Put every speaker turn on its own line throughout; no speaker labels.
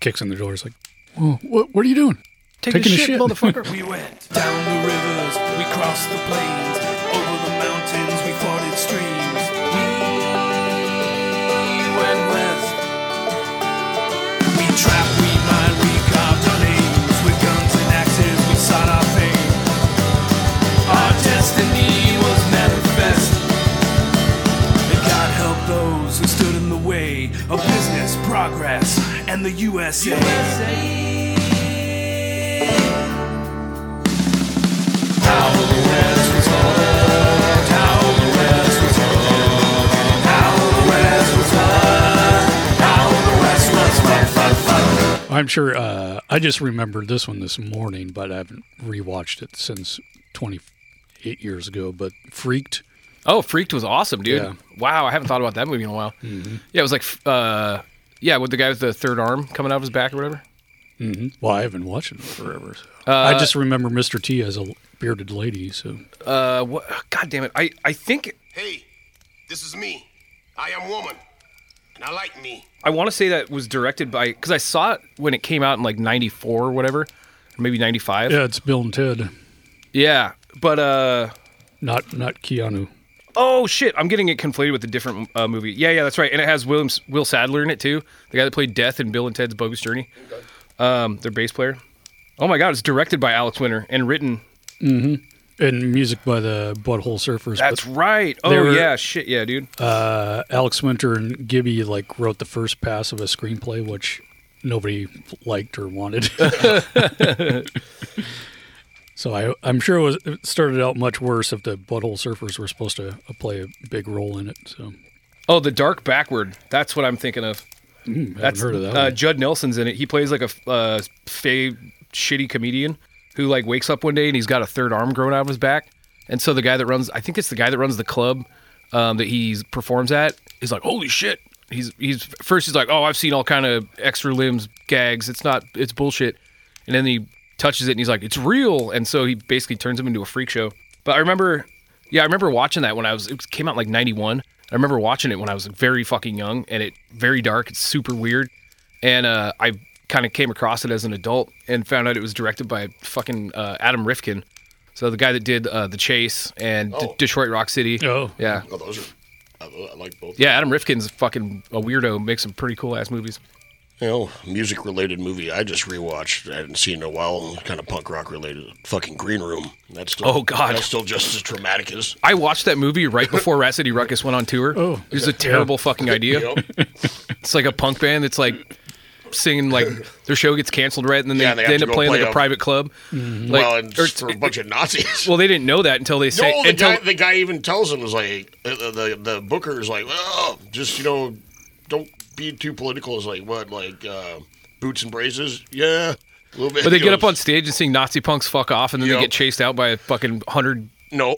kicks in the door. He's like, "Whoa, what, what are you doing?
Take Taking a shit, motherfucker.
We went down the rivers, we crossed the plains, over the mountains, we forded streams. We went west. We trapped, we mined, we carved our names with guns and axes. We sought our fame. Our destiny was manifest. And God help those who stood in the way of business, progress, and the USA. How the West was loved. How the West was loved. How the West was loved. How the West was loved. loved, loved.
I'm sure. Uh, I just remembered this one this morning, but I haven't rewatched it since 28 years ago. But freaked.
Oh, Freaked was awesome, dude.
Yeah.
Wow, I haven't thought about that movie in a while. Yeah, it was like, f- uh, yeah, with the guy with the third arm coming out of his back or whatever.
Well, I haven't watched it in forever. So. I just remember Mr. T as a bearded lady. So
Uh, what? God damn it! I I think
Hey, this is me. I am woman, and I like me.
I want to say that was directed by because I saw it when it came out in like '94 or whatever, or maybe '95.
yeah, it's Bill and Ted,
yeah, but uh.
not not Keanu.
Oh shit! I'm getting it conflated with a different uh, movie. Yeah, yeah, that's right. And it has William Will Sadler in it too, the guy that played Death in Bill and Ted's Bogus Journey. Um, their bass player. Oh my god! It's directed by Alex Winter and written.
And music by the Butthole Surfers. but-
That's right. Oh
They were- uh,
yeah, shit, yeah, dude.
Alex Winter and Gibby like wrote the first pass of a screenplay, which nobody liked or wanted. so I, I'm sure it, was, it started out much worse if the Butthole Surfers were supposed to uh, play a big role in it. So
oh, the Dark Backward. That's what I'm thinking of.
I've
That's
Hmm, heard of that.
Uh,
one.
Judd Nelson's in it. He plays like a f- uh, fave shitty comedian who like wakes up one day and he's got a third arm grown out of his back. And so the guy that runs, I think it's the guy that runs the club um, that he performs at, is like, holy shit. He's he's first he's like, oh, I've seen all kind of extra limbs gags. It's not, it's bullshit. And then he touches it and he's like, it's real. And so he basically turns him into a freak show. But I remember, yeah, I remember watching that when I was, it came out in, like 91. I remember watching it when I was very fucking young and it very dark. It's super weird. And uh, I kind of came across it as an adult and found out it was directed by fucking uh, Adam Rifkin. So the guy that did uh, The Chase and D-
Oh.
Detroit Rock City.
Oh.
Yeah.
Oh, those are. I, I like both.
Yeah, Adam Rifkin's fucking a weirdo, makes some pretty cool ass movies.
You know, music related movie I just rewatched. I hadn't seen in a while. Kind of punk rock related. Fucking Green Room. That's still,
Oh, God.
That's still just as traumatic as.
I watched that movie right before Rat City Ruckus went on tour.
Oh.
it was a terrible fucking idea.
Yep.
It's like a punk band that's like singing like their show gets canceled right, and then they,
Yeah, and they
they, end
have to
up
go
playing
play
like a
a- Mm-hmm.
private club. Like,
well, and
or-
just for a bunch of Nazis.
er, well, they didn't know that until they say
no, the
until
guy, the guy even tells him is like uh, the the booker is like, oh, just you know, don't be too political. Is like what, like uh, boots and braces? Yeah, a little bit.
But they
He
get up on
goes,
stage and sing Nazi punks fuck off, and then
Yep.
they get chased out by a fucking hundred.
No,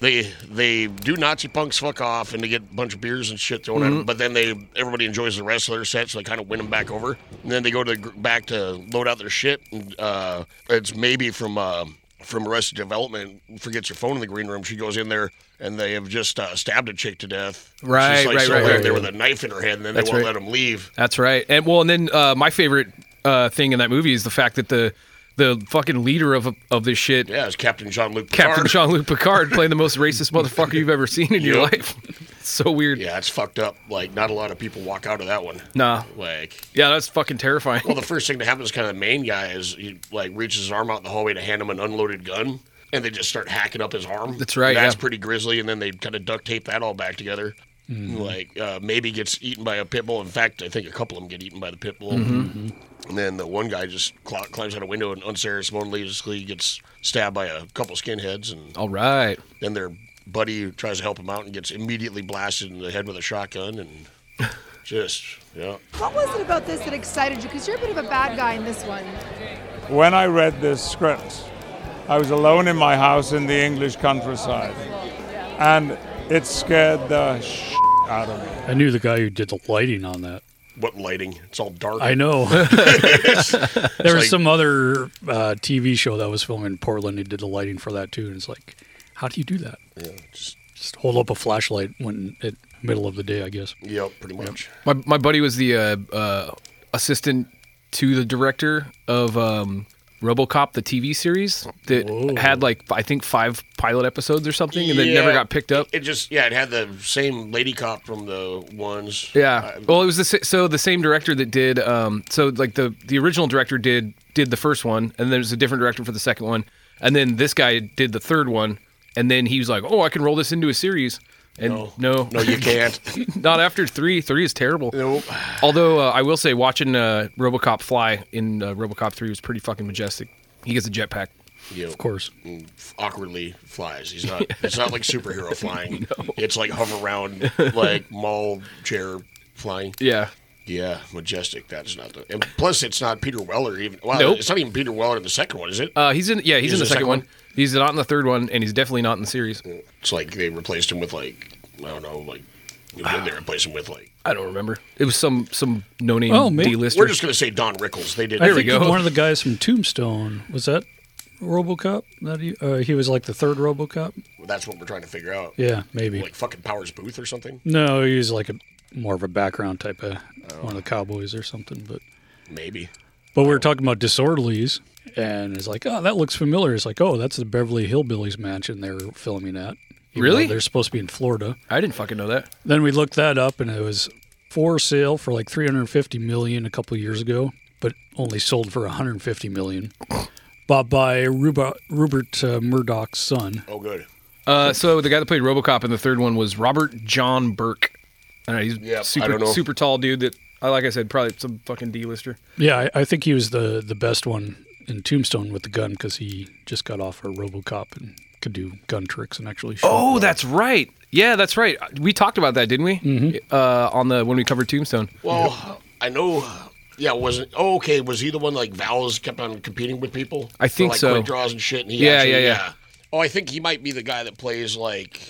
they they do Nazi punks fuck off, and they get a bunch of beers and shit thrown at
Mm-hmm.
'em, But then they everybody enjoys the rest of their set, so they kind of win them back over. And then they go to gr- back to load out their shit. And uh, it's maybe from uh, from Arrested Development forgets her phone in the green room. She goes in there, and they have just uh, stabbed a chick to death.
Right,
She's like
right,
somewhere
right,
in there
right.
with a knife in her head, and then
That's
they won't
right.
let them leave.
That's right. And well, and then uh, my favorite uh, thing in that movie is the fact that the the fucking leader of of this shit,
Yeah, it's Captain Jean Luc.
Captain Jean Luc Picard, playing the most racist motherfucker you've ever seen in your
Yep.
life. so weird.
Yeah, it's fucked up. Like, not a lot of people walk out of that one.
Nah.
Like,
Yeah, that's fucking terrifying.
Well, the first thing that happens, kind of the main guy is he like reaches his arm out in the hallway to hand him an unloaded gun, and they just start hacking up his arm.
That's right,
That's
yeah.
pretty grisly, and then they kind of duct tape that all back together.
Mm-hmm.
Like uh, maybe gets eaten by a pit bull. In fact, I think a couple of them get eaten by the pit bull.
Mm-hmm.
And then the one guy just cl- climbs out a window and unceremoniously gets stabbed by a couple skinheads, and
All right.
then their buddy tries to help him out and gets immediately blasted in the head with a shotgun, and just yeah.
What was it about this that excited you? Because you're a bit of a bad guy in this one.
When I read this script, I was alone in my house in the English countryside, and it scared the sh- out of me.
I knew the guy who did the lighting on that.
What lighting? It's all dark.
I know. there was
like-
some other uh, TV show that was filmed in Portland. He did the lighting for that too, and it's like, how do you do that?
Yeah, just
Just hold up a flashlight when at middle of the day, I guess.
Yep, pretty much.
My my buddy was the uh, uh, assistant to the director of um, RoboCop, the TV series that had like I think five pilot episodes or something, and then never
Yeah,
got picked up.
It, it just yeah, it had the same lady cop from the ones.
Yeah.
I-
well, it was the sa- so the same director that did um so like the the original director did did the first one and there's a different director for the second one and then this guy did the third one and then he was like, "Oh, I can roll this into a series." And no, no,
no, you can't.
not after 3. 3 is terrible. Nope. Although uh, I will say watching uh, RoboCop fly in uh, RoboCop 3 was pretty fucking majestic. He gets a jetpack.
You know,
Of course.
awkwardly flies. He's not. It's not like superhero flying. It's like hover around like mall chair flying.
Yeah.
Yeah, majestic. That's not the. And plus, it's not Peter Weller even. Well,
Nope.
it's not even Peter Weller in the second one, is it?
Uh, he's in yeah, he's, in the, second, one. He's not in the third one and he's definitely not in the series.
it's like they replaced him with like I don't know, like who
Ah.
did they replace him with like?
I don't remember. It was some some no name
Oh, maybe-
D-lister.
We're just gonna say Don Rickles. They did.
I
Here we
think
go.
One of the guys from Tombstone was that RoboCop? That he, uh, he was like the third RoboCop.
That's what we're trying to figure out.
Yeah, maybe.
Like fucking Powers Booth or something.
no, he was like a more of a background type of
Oh.
one of the cowboys or something. But
Maybe.
but we were talking about disorderlies, and it's like, oh, that looks familiar. It's like, oh, that's the Beverly Hillbillies mansion they were filming at. even
Really?
though They're supposed to be in Florida.
I didn't fucking know that.
Then we looked that up, and it was for sale for like 350 million a couple of years ago, but only sold for 150 million. Bought by Ruba, Rupert uh, Murdoch's son.
Oh, good.
Uh, so the guy that played RoboCop in the third one was Robert John Burke. I don't know, he's
Yep, I
super
don't know.
super tall dude that I like I said probably some fucking D-lister.
Yeah, I, I think he was the the best one in Tombstone with the gun because he just got off a RoboCop and could do gun tricks and actually. Shoot.
Oh, that's right. Yeah, that's right. We talked about that, didn't we? Uh, on the when we covered Tombstone.
Well, I know. Yeah, wasn't. Oh, okay. Was he the one like Val's kept on competing with people?
I think
for, like,
so.
Quick draws and shit. And he
Yeah,
actually-
yeah, yeah.
Oh, I think he might be the guy that plays like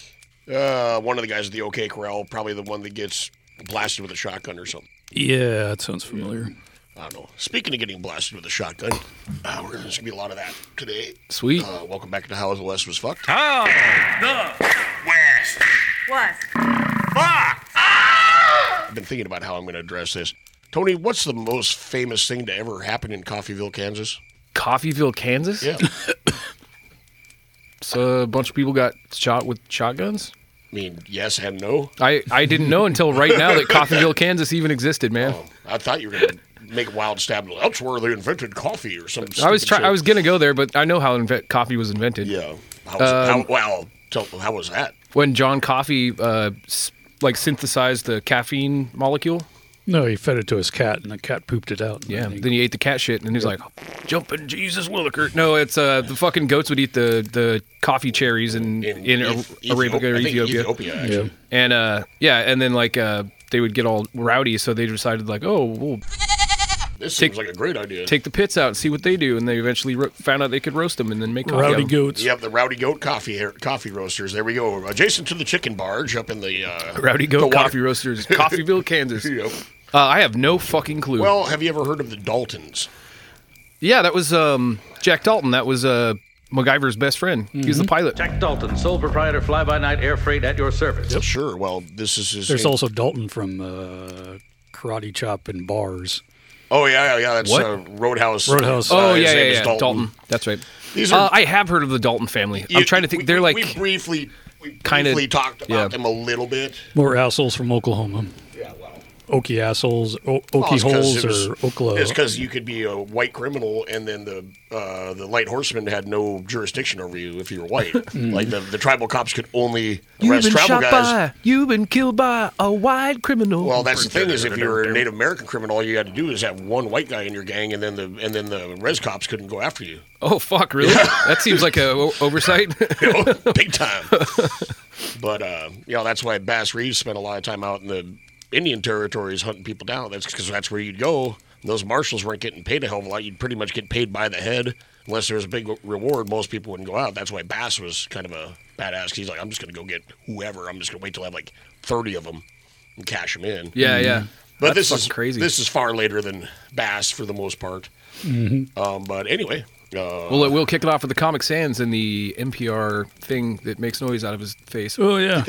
uh, one of the guys at the OK Corral. Probably the one that gets blasted with a shotgun or something.
yeah, that sounds familiar.
I don't know. Speaking of getting blasted with a shotgun, uh, we're, there's gonna be a lot of that today.
Sweet.
Uh, welcome back to How the West Was Fucked.
West.
I've been thinking about how I'm gonna address this. Tony, what's the most famous thing to ever happen in Coffeeville, Kansas?
Coffeeville, Kansas.
Yeah.
So a bunch of people got shot with shotguns.
I mean, yes and no.
I, I didn't know until right now that Coffeeville, Kansas even existed, man.
I thought you were going to make a wild stab. That's where they invented coffee or something.
I was try- I was gonna go there, but I know how inve- coffee was invented.
Yeah. How was, how,
Um,
well, tell, how was that?
When John Coffee uh, s- like synthesized the caffeine molecule.
No, he fed it to his cat, and the cat pooped it out. and
Yeah.
then he-
Then he ate the cat shit, and he's like, "Jumping Jesus Willikert." No, it's uh, the fucking goats would eat the the coffee cherries in in,
Eth-
Ar- Arabica or
I think
Ethiopia.
Ethiopia, actually.
yeah.
and uh, yeah, and then like uh, they would get all rowdy, so they decided like, "Oh, we'll
This seems like a great idea.
take the pits out and see what they do," and they eventually ro- found out they could roast them and then make coffee. out
Rowdy
of 'em.
goats.
Yep, the Rowdy Goat Coffee Coffee Roasters. There we go. Adjacent to the chicken barge up in the. Uh,
Rowdy
the
Goat
water-
Coffee Roasters, Coffeeville, Kansas. Uh,
Yep.
I have no fucking clue.
Well, have you ever heard of the Daltons?
yeah, that was um, Jack Dalton. That was uh, MacGyver's best friend. He was the pilot.
Jack Dalton, sole proprietor, fly-by-night air freight at your service.
Sure. Well, this is his.
There's
name.
also Dalton from uh, Karate Chop and Bars.
oh, yeah, yeah, yeah. That's
What?
Uh, Roadhouse.
Roadhouse.
Uh,
oh
his
yeah, yeah,
name
yeah.
is
Dalton. That's right.
These
Uh,
are-
I have heard of the Dalton family.
You-
I'm trying to think.
we-
They're
we-
like
We briefly, we
kinda-
briefly talked about
yeah.
them a little bit.
More assholes from Oklahoma.
Yeah, well.
Okie assholes, o-
Well,
Okie
it's 'cause
holes,
it was-
or Okla.
It's because you could be a white criminal, and then the uh, the light horsemen had no jurisdiction over you if you were white.
Hmm.
like the, the tribal cops could only
you've
arrest
been
tribal
shot
guys.
by, you've been killed by a white criminal.
Well, that's the thing is, if you were a Native American criminal, all you had to do is have one white guy in your gang, and then the and then the res cops couldn't go after you.
oh fuck, really? that seems like a o- oversight.
You know, big time. but uh, you know that's why Bass Reeves spent a lot of time out in the Indian territories hunting people down. That's because that's where you'd go. And those marshals weren't getting paid a hell of a lot. You'd pretty much get paid by the head unless there was a big reward. Most people wouldn't go out. That's why Bass was kind of a badass. He's like, I'm just going to go get whoever. I'm just going to wait till I have like 30 of them and cash them in.
yeah, yeah.
But
That's
this is
fucking crazy. Mm-hmm.
This is far later than Bass for the most part. Um, but anyway,
Well, it will kick it off with the Comic Sans and the NPR thing that makes noise out of his face.
Oh yeah.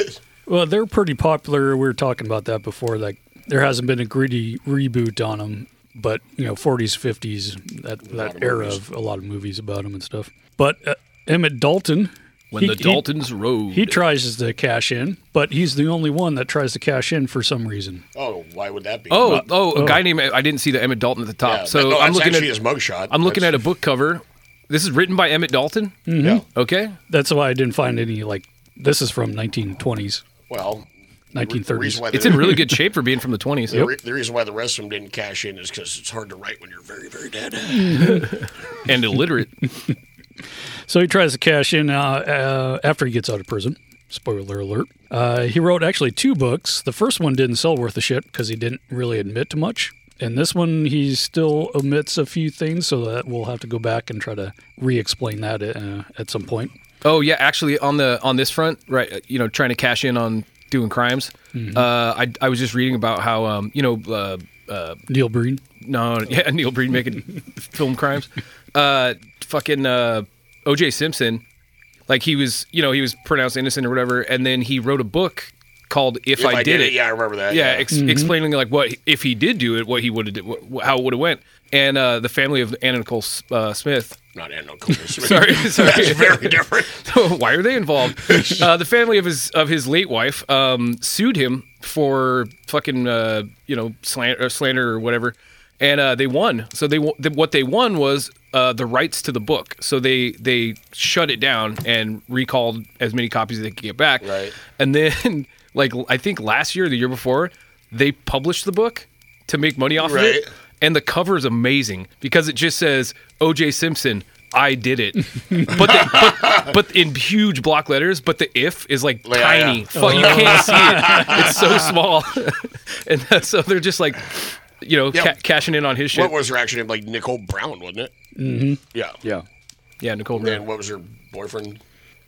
well, they're pretty popular. We were talking about that before. Like there hasn't been a gritty reboot on them, but you know, 40s, 50s, that that era of a lot of movies about them and stuff. But uh, Emmett Dalton.
When
he-
the
he-
Daltons rode.
He tries to cash in, but he's the only one that tries to cash in for some reason.
Oh, why would that be?
oh, oh, a guy named I didn't see the Emmett Dalton at the top.
Yeah,
so
no,
I'm
that's
looking at
actually his mugshot.
I'm looking
That's-
at a book cover. This is written by Emmett Dalton.
Yeah.
Okay.
That's why I didn't find any like this is from 1920s,
Well, The
1930s.
reason why
It's
they-
in really good shape for being from the 20s.
The, re- the reason why the rest of them didn't cash in is because it's hard to write when you're very, very dead.
And illiterate.
So he tries to cash in uh, uh, after he gets out of prison. Spoiler alert. Uh, he wrote actually two books. The first one didn't sell worth a shit because he didn't really admit to much. And this one, he still omits a few things, so that we'll have to go back and try to re explain that uh, at some point.
Oh yeah, actually on the on this front, right? uh, You know, trying to cash in on doing crimes. Uh, I I was just reading about how um you know uh, uh
Neil Breen.
no yeah Neil Breen making film crimes, uh fucking uh O.J. Simpson, like he was you know he was pronounced innocent or whatever, and then he wrote a book called If,
If
I, Did, It.
yeah, I remember that.
yeah, ex- explaining like what if he did do it, what he would have did, wh- how it would have went, and uh, the family of Anna Nicole S- uh, Smith.
not Anno Cortes.
Sorry, sorry,
That's very different.
Why are they involved? Uh, the family of his of his late wife um, sued him for fucking uh, you know slander or, slander or whatever, and uh, they won. So they won- the, what they won was uh, the rights to the book. So they they shut it down and recalled as many copies as they could get back.
Right.
And then like I think last year, or the year before, they published the book to make money off of
Right.
it. And the cover is amazing because it just says O.J. Simpson, I did it, but, the, but but in huge block letters. But the if is like
Yeah,
tiny.
yeah.
Fuck, you can't see it. It's so small. and that's- so they're just like, you know,
Yeah.
ca- cashing in on his shit.
What was her actual name? Like Nicole Brown, wasn't it? Mm-hmm. Yeah.
Yeah.
yeah, Nicole Brown.
And what was her boyfriend?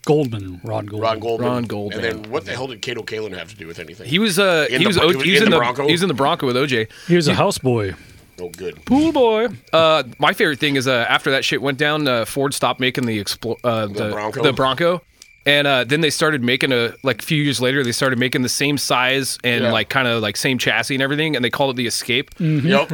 Goldman, Ron Goldman.
Ron Goldman.
Ron Goldman.
And then what the hell did Cato Kalin have to do with anything?
He was uh
In
he
the-
was, o-
he was
he was
in
in
the
the,
Bronco?
he was in the Bronco with OJ.
He was a houseboy.
oh, good.
Pool boy. Uh, my favorite thing is uh, after that shit went down, uh, Ford stopped making the explo- uh, the,
Bronco?
the Bronco. and uh, then they started making a like a few years later they started making the same size and
Yeah.
like kind of like same chassis and everything, and they called it the Escape.
Yep.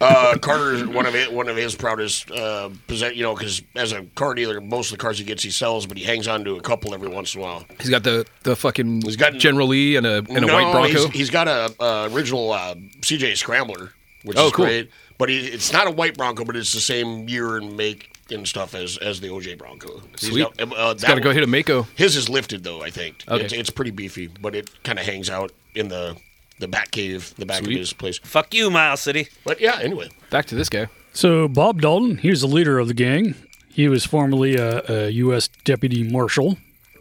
uh, Carter is one of his, one of his proudest uh, possess. You know, because as a car dealer, most of the cars he gets he sells, but he hangs on to a couple every once in a while.
He's got the the fucking
He's got-
General Lee and a and a
no,
white Bronco.
He's, he's got a uh, original uh, CJ Scrambler, which
Oh,
is
cool.
great. But he, it's not a white Bronco, but it's the same year and make and stuff as as the OJ Bronco. He's
Sweet.
got- uh,
He's got to go hit a Mako.
His is lifted though, I think.
Okay.
It's, it's pretty beefy, but it kind of hangs out in the the back cave, the back
Sweet.
of his place.
Fuck you, Mile City.
But yeah, anyway,
Back to this guy.
So Bob Dalton, he was the leader of the gang. He was formerly a, a U.S. deputy marshal.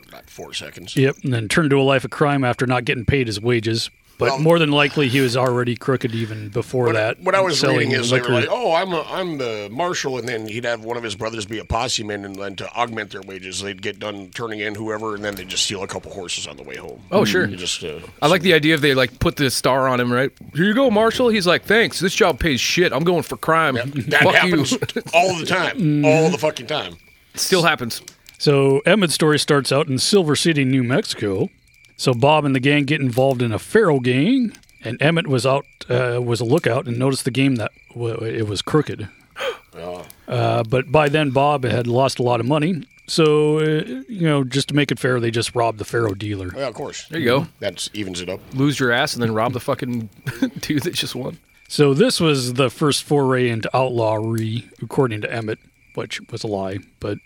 about four seconds.
Yep, and then turned to a life of crime after not getting paid his wages. But
Well-
more than likely, he was already crooked even before
What,
that.
what I was
selling
reading is they were
liquor.
like, "Oh, I'm a, I'm the marshal," and then he'd have one of his brothers be a posse man, and then to augment their wages, they'd get done turning in whoever, and then they would just steal a couple horses on the way home.
Oh, sure.
You just uh,
I like the idea of they like put the star on him, right? Here you go, Marshall. He's like, thanks. This job pays shit. I'm going for crime.
that
Fuck
happens
you. Mm-hmm.
all the time, all the fucking time.
Still happens.
So
"Oh."
Emmett's story starts out in Silver City, New Mexico. So Bob and the gang get involved in a feral gang, and Emmett was out uh, was a lookout and noticed the game that w- it was crooked. Uh, but by then, Bob had lost a lot of money. So uh, you know, just to make it fair, they just robbed the feral dealer.
Oh, Yeah, of course.
There you go.
That evens it up.
Lose your ass and then rob the fucking dude that just won.
So this was the first foray into outlawry, according to Emmett, which was a lie. But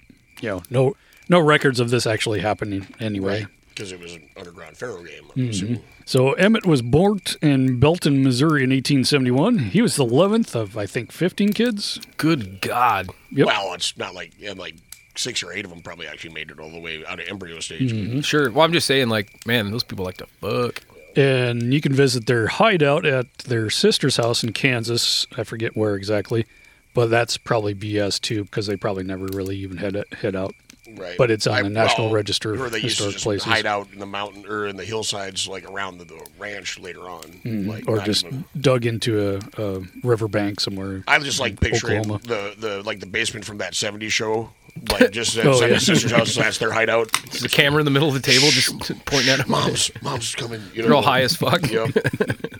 you know, no no records of this actually happening anyway.
Because it was an underground pharaoh game.
Mm-hmm.
I'm assuming.
So Emmett was born in Belton, Missouri, in 1871. He was the 11th of I think 15 kids.
Good God.
Yep.
Well, it's not like yeah, like six or eight of them probably actually made it all the way out of embryo stage.
Mm-hmm. Sure. Well, I'm just saying, like, man, those people like to fuck.
and you can visit their hideout at their sister's house in Kansas. I forget where exactly, but that's probably BS too because they probably never really even head head out.
Right.
But it's on
I-
the National
well,
Register of
where they used to
Historic
just
Places.
hide out in the mountain or in the hillsides, like around the, the ranch later on. Like,
Mm-hmm. or
not
just
even-
dug into a, a riverbank somewhere.
I was just like picturing
Oklahoma.
the, the like the basement from that '70s show, like just at
Oh,
Seven
yeah.
Sisters House. That's their hideout.
The camera in the middle of the table just pointing at him.
Mom's mom's coming. You know,
They're all high as fuck.
Yep.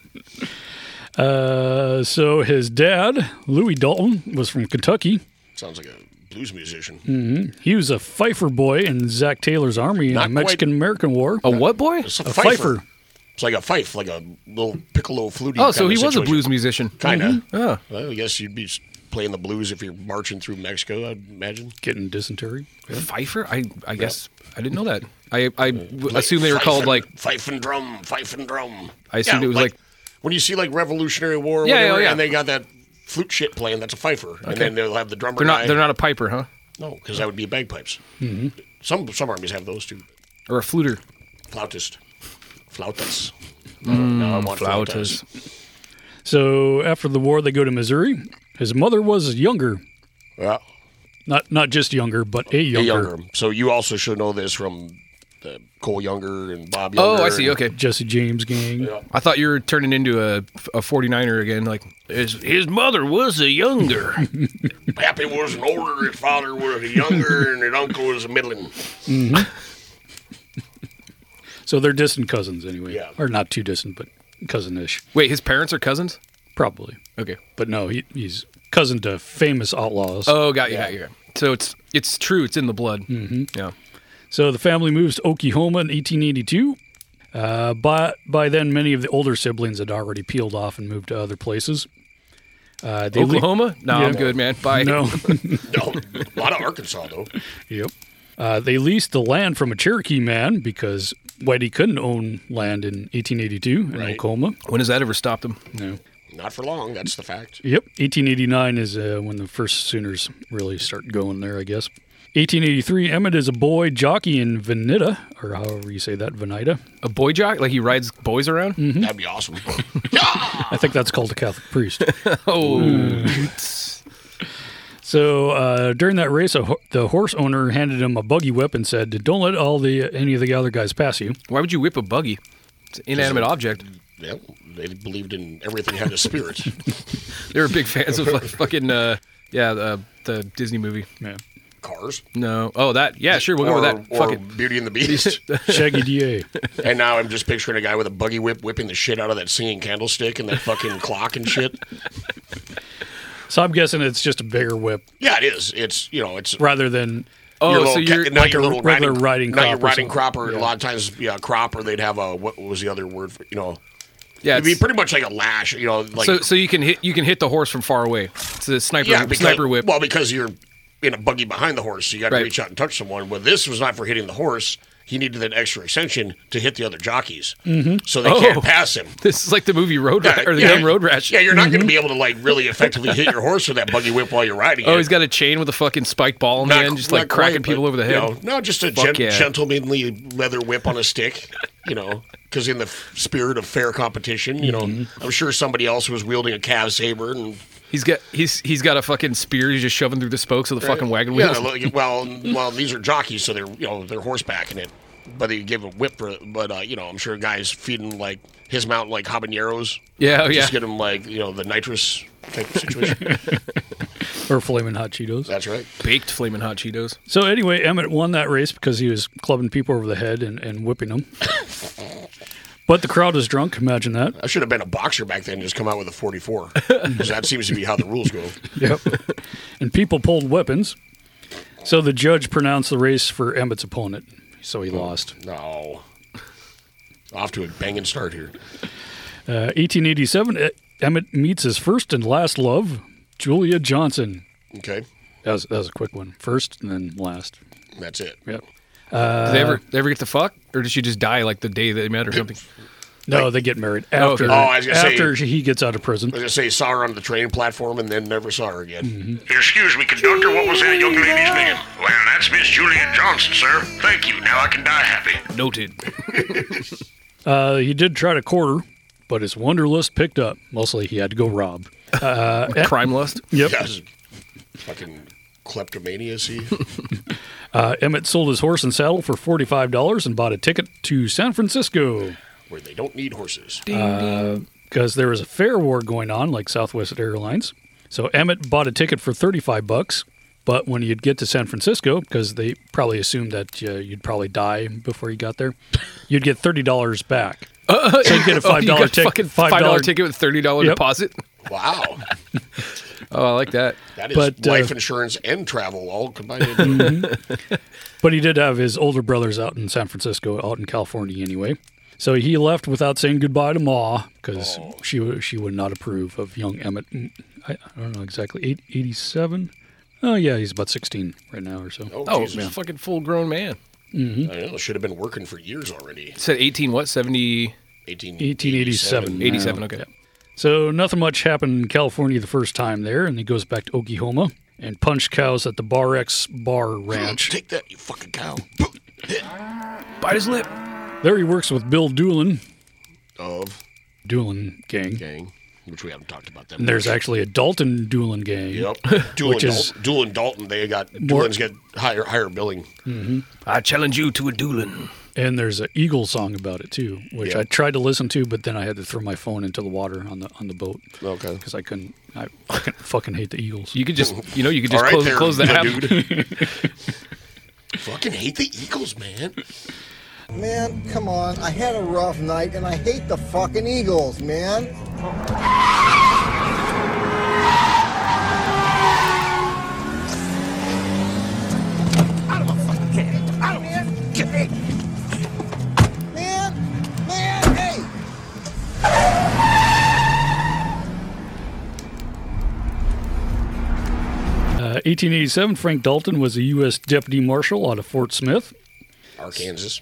Uh, so his dad, Louis Dalton, was from Kentucky.
Sounds like a blues musician.
Hmm. He was a fifer boy in Zach Taylor's army in
Not
the
quite-
Mexican American War.
A what boy?
It's
a fifer.
It's like a fife, like a little piccolo fluty.
Oh, so he was a blues musician.
kind of. situation. Kinda.
Oh.
Well, I guess you'd be s- playing the blues if you're marching through Mexico. I'd imagine.
Getting dysentery.
Oh, Pfeiffer? I I guess I didn't know that. I I w-
Like,
assume they were
fife
called
and-
like
fife and drum, fife and drum.
I assumed it was like-
when you see like Revolutionary War, or
Yeah, yeah,
whatever,
yeah.
and they got that flute shit playing. That's a fifer, and then they'll have the drummer.
they're
guy.
not Mm-hmm. they're not a piper, huh?
No, because that would be bagpipes. Some some armies have those too.
Or a fluter.
Flautist, flautas.
Mm,
no, I want flautas.
So after the war, they go to Missouri. His mother was younger,
Yeah,
not not just younger, but a
the
younger.
younger. So you also should know this from the Cole Younger and Bob. Younger
Oh, I see.
and-
Okay.
Jesse James gang.
I thought you were turning into a, a 49er again. Like, his, his mother was a younger.
Pappy was an older, his father was a younger, and his uncle was a middling.
So they're distant cousins anyway,
Yeah.
or not too distant, but cousin-ish,
Wait, his parents are cousins?
probably.
Okay.
But no, he, he's cousin to famous outlaws.
Oh, got you. Got you. So it's it's true. It's in the blood. Mm-hmm. Yeah.
So the family moves to Oklahoma in 1882. Uh, by, by then, many of the older siblings had already peeled off and moved to other places. Uh, they leave-
Oklahoma? No, I'm
Yeah.
good, man. Bye.
no.
No, a lot of Arkansas though.
yep. Uh, they leased the land from a Cherokee man because Whitey couldn't own land in 1882 in
Right.
Oklahoma.
When has that ever stopped him?
No.
Not for long. That's the fact.
Yep. 1889 is uh, when the first Sooners really start going there, I guess. 1883, Emmett is a boy jockey in Veneta, or however you say that, Veneta.
A boy jock? Like he rides boys around?
That'd be awesome. yeah!
I think that's called a Catholic priest.
Oh.
So uh, during that race, a ho- the horse owner handed him a buggy whip and said, "Don't let all the any of the other guys pass you."
Why would you whip a buggy? It's an inanimate object.
Yeah, they believed in everything had a spirit.
They were big fans of like fucking uh yeah, the the Disney movie.
Cars.
No. Oh, that. Yeah, sure. We'll go
or,
with that.
or
Fuck it.
Beauty and the Beast.
Shaggy DA.
and now I'm just picturing a guy with a buggy whip whipping the shit out of that singing candlestick and that fucking clock and shit.
So I'm guessing it's just a bigger whip
Yeah, it is. It's you know, it's
rather than
Oh,
little
so
ca-
you're
not
like
your
a
little
regular riding
riding, not your
crop or
riding
something.
crop or a lot of times yeah crop or they'd have a what was the other word for you know
yeah.
it'd be
it's-
pretty much like a lash you know like
So so you can hit you can hit the horse from far away. It's a sniper
yeah because,
sniper whip.
well because you're in a buggy behind the horse so you got to
Right.
reach out and touch someone well this was not for hitting the horse he needed that extra extension to hit the other jockeys so they
Oh.
can't pass him.
this is like the movie Road Ra- or the
yeah.
game Road Rash. Mm-hmm.
Yeah, you're not going to be able to like really effectively hit your horse with that buggy whip while you're riding.
Oh,
it.
he's got a chain with a fucking spike ball in the end, just like
not quite,
cracking people
but,
over the
you
head.
know, no, just a
Fuck
gen-
yeah.
gentlemanly leather whip on a stick, you know, because in the f- spirit of fair competition, you know,
Mm-hmm.
I'm sure somebody else was wielding a calf saber and
He's got he's he's got a fucking spear. He's just shoving through the spokes of the fucking wagon
yeah,
wheels.
like, well, well, these are jockeys, so they're you know they're horsebacking it, but they give a whip, for, but uh, you know, I'm sure guys feeding like his mount like habaneros,
Yeah, oh, yeah.
just get him like you know the nitrous type of situation.
or flaming hot Cheetos.
That's right.
Baked flaming hot Cheetos.
So anyway, Emmett won that race because he was clubbing people over the head and, and whipping them. but the crowd was drunk. Imagine that.
I should have been a boxer back then, and just come out with a 44, 'cause that seems to be how the rules go.
Yep. and people pulled weapons. So the judge pronounced the race for Emmett's opponent. So he lost.
No. Off to a banging start here.
Uh, 1887, E- Emmett meets his first and last love, Julia Johnson.
Okay.
That was, that was a quick one. First and then last.
That's it.
Yep.
Did they ever they ever get to fuck, or did she just die like the day they met or something?
No, they get married
Oh,
after
okay.
Oh, I was gonna say-
after he gets out of prison.
I was going to say, saw her on the train platform and then never saw her again.
Mm.
Excuse me, conductor, what was that young lady's name? Well, that's Miss Julia Johnson, sir. Thank you. Now I can die happy.
Noted.
Uh, he did try to quarter, but his wanderlust picked up. Mostly he had to go rob.
Crime lust.
Yep.
Yeah, this is fucking kleptomania, see?
Uh, Emmett sold his horse and saddle for $45 and bought a ticket to San Francisco
where they don't need horses.
because there was a fare war going on, like Southwest Airlines. So Emmett bought a ticket for 35 bucks, but when you'd get to San Francisco, because they probably assumed that uh, you'd probably die before you got there, you'd get $30 back. so you'd get a
Oh,
$5
you got a
ticket.
fucking five dollar ticket with thirty dollar
Yep.
deposit.
Wow,
Oh, I like that.
that is
But, uh, Mm.
life insurance and travel all combined. into-
But he did have his older brothers out in San Francisco, out in California anyway. So he left without saying goodbye to Ma because
Oh.
she wa- she would not approve of young Emmett. Mm, I, I don't know exactly, eight, 87? Oh, yeah, he's about 16 right now or so.
oh,
Oh,
Jesus.
fucking full grown man.
Mm-hmm.
I know, should have been working for years already.
It said eighteen what seventy
18,
1887.
eighty seven. Okay.
So nothing much happened in California the first time there, and he goes back to Oklahoma and punched cows at the Bar X Bar Ranch.
Take that, you fucking cow.
Bite his lip.
There he works with Bill Doolin,
of
Doolin gang.
gang, which we haven't talked about that.
And there's
much.
actually a Dalton Doolin gang.
Yep. Doolin,
Which is-
Dal- Doolin Dalton. They got
More-
Doolin's got higher higher billing.
I challenge you to a dueling.
And there's an Eagle song about it too, which
Yeah.
I tried to listen to, but then I had to throw my phone into the water on the on the boat
Okay.
because I couldn't. I fucking, fucking hate the Eagles.
You could just, you know, you could just
All right
close, close the
there,
app.
dude. Fucking hate the Eagles, man.
Man, come on. I had a rough night and I hate the fucking Eagles, man. Man, man, hey!
Uh, 1887, Frank Dalton was a U.S. deputy marshal out of Fort Smith.
Arkansas.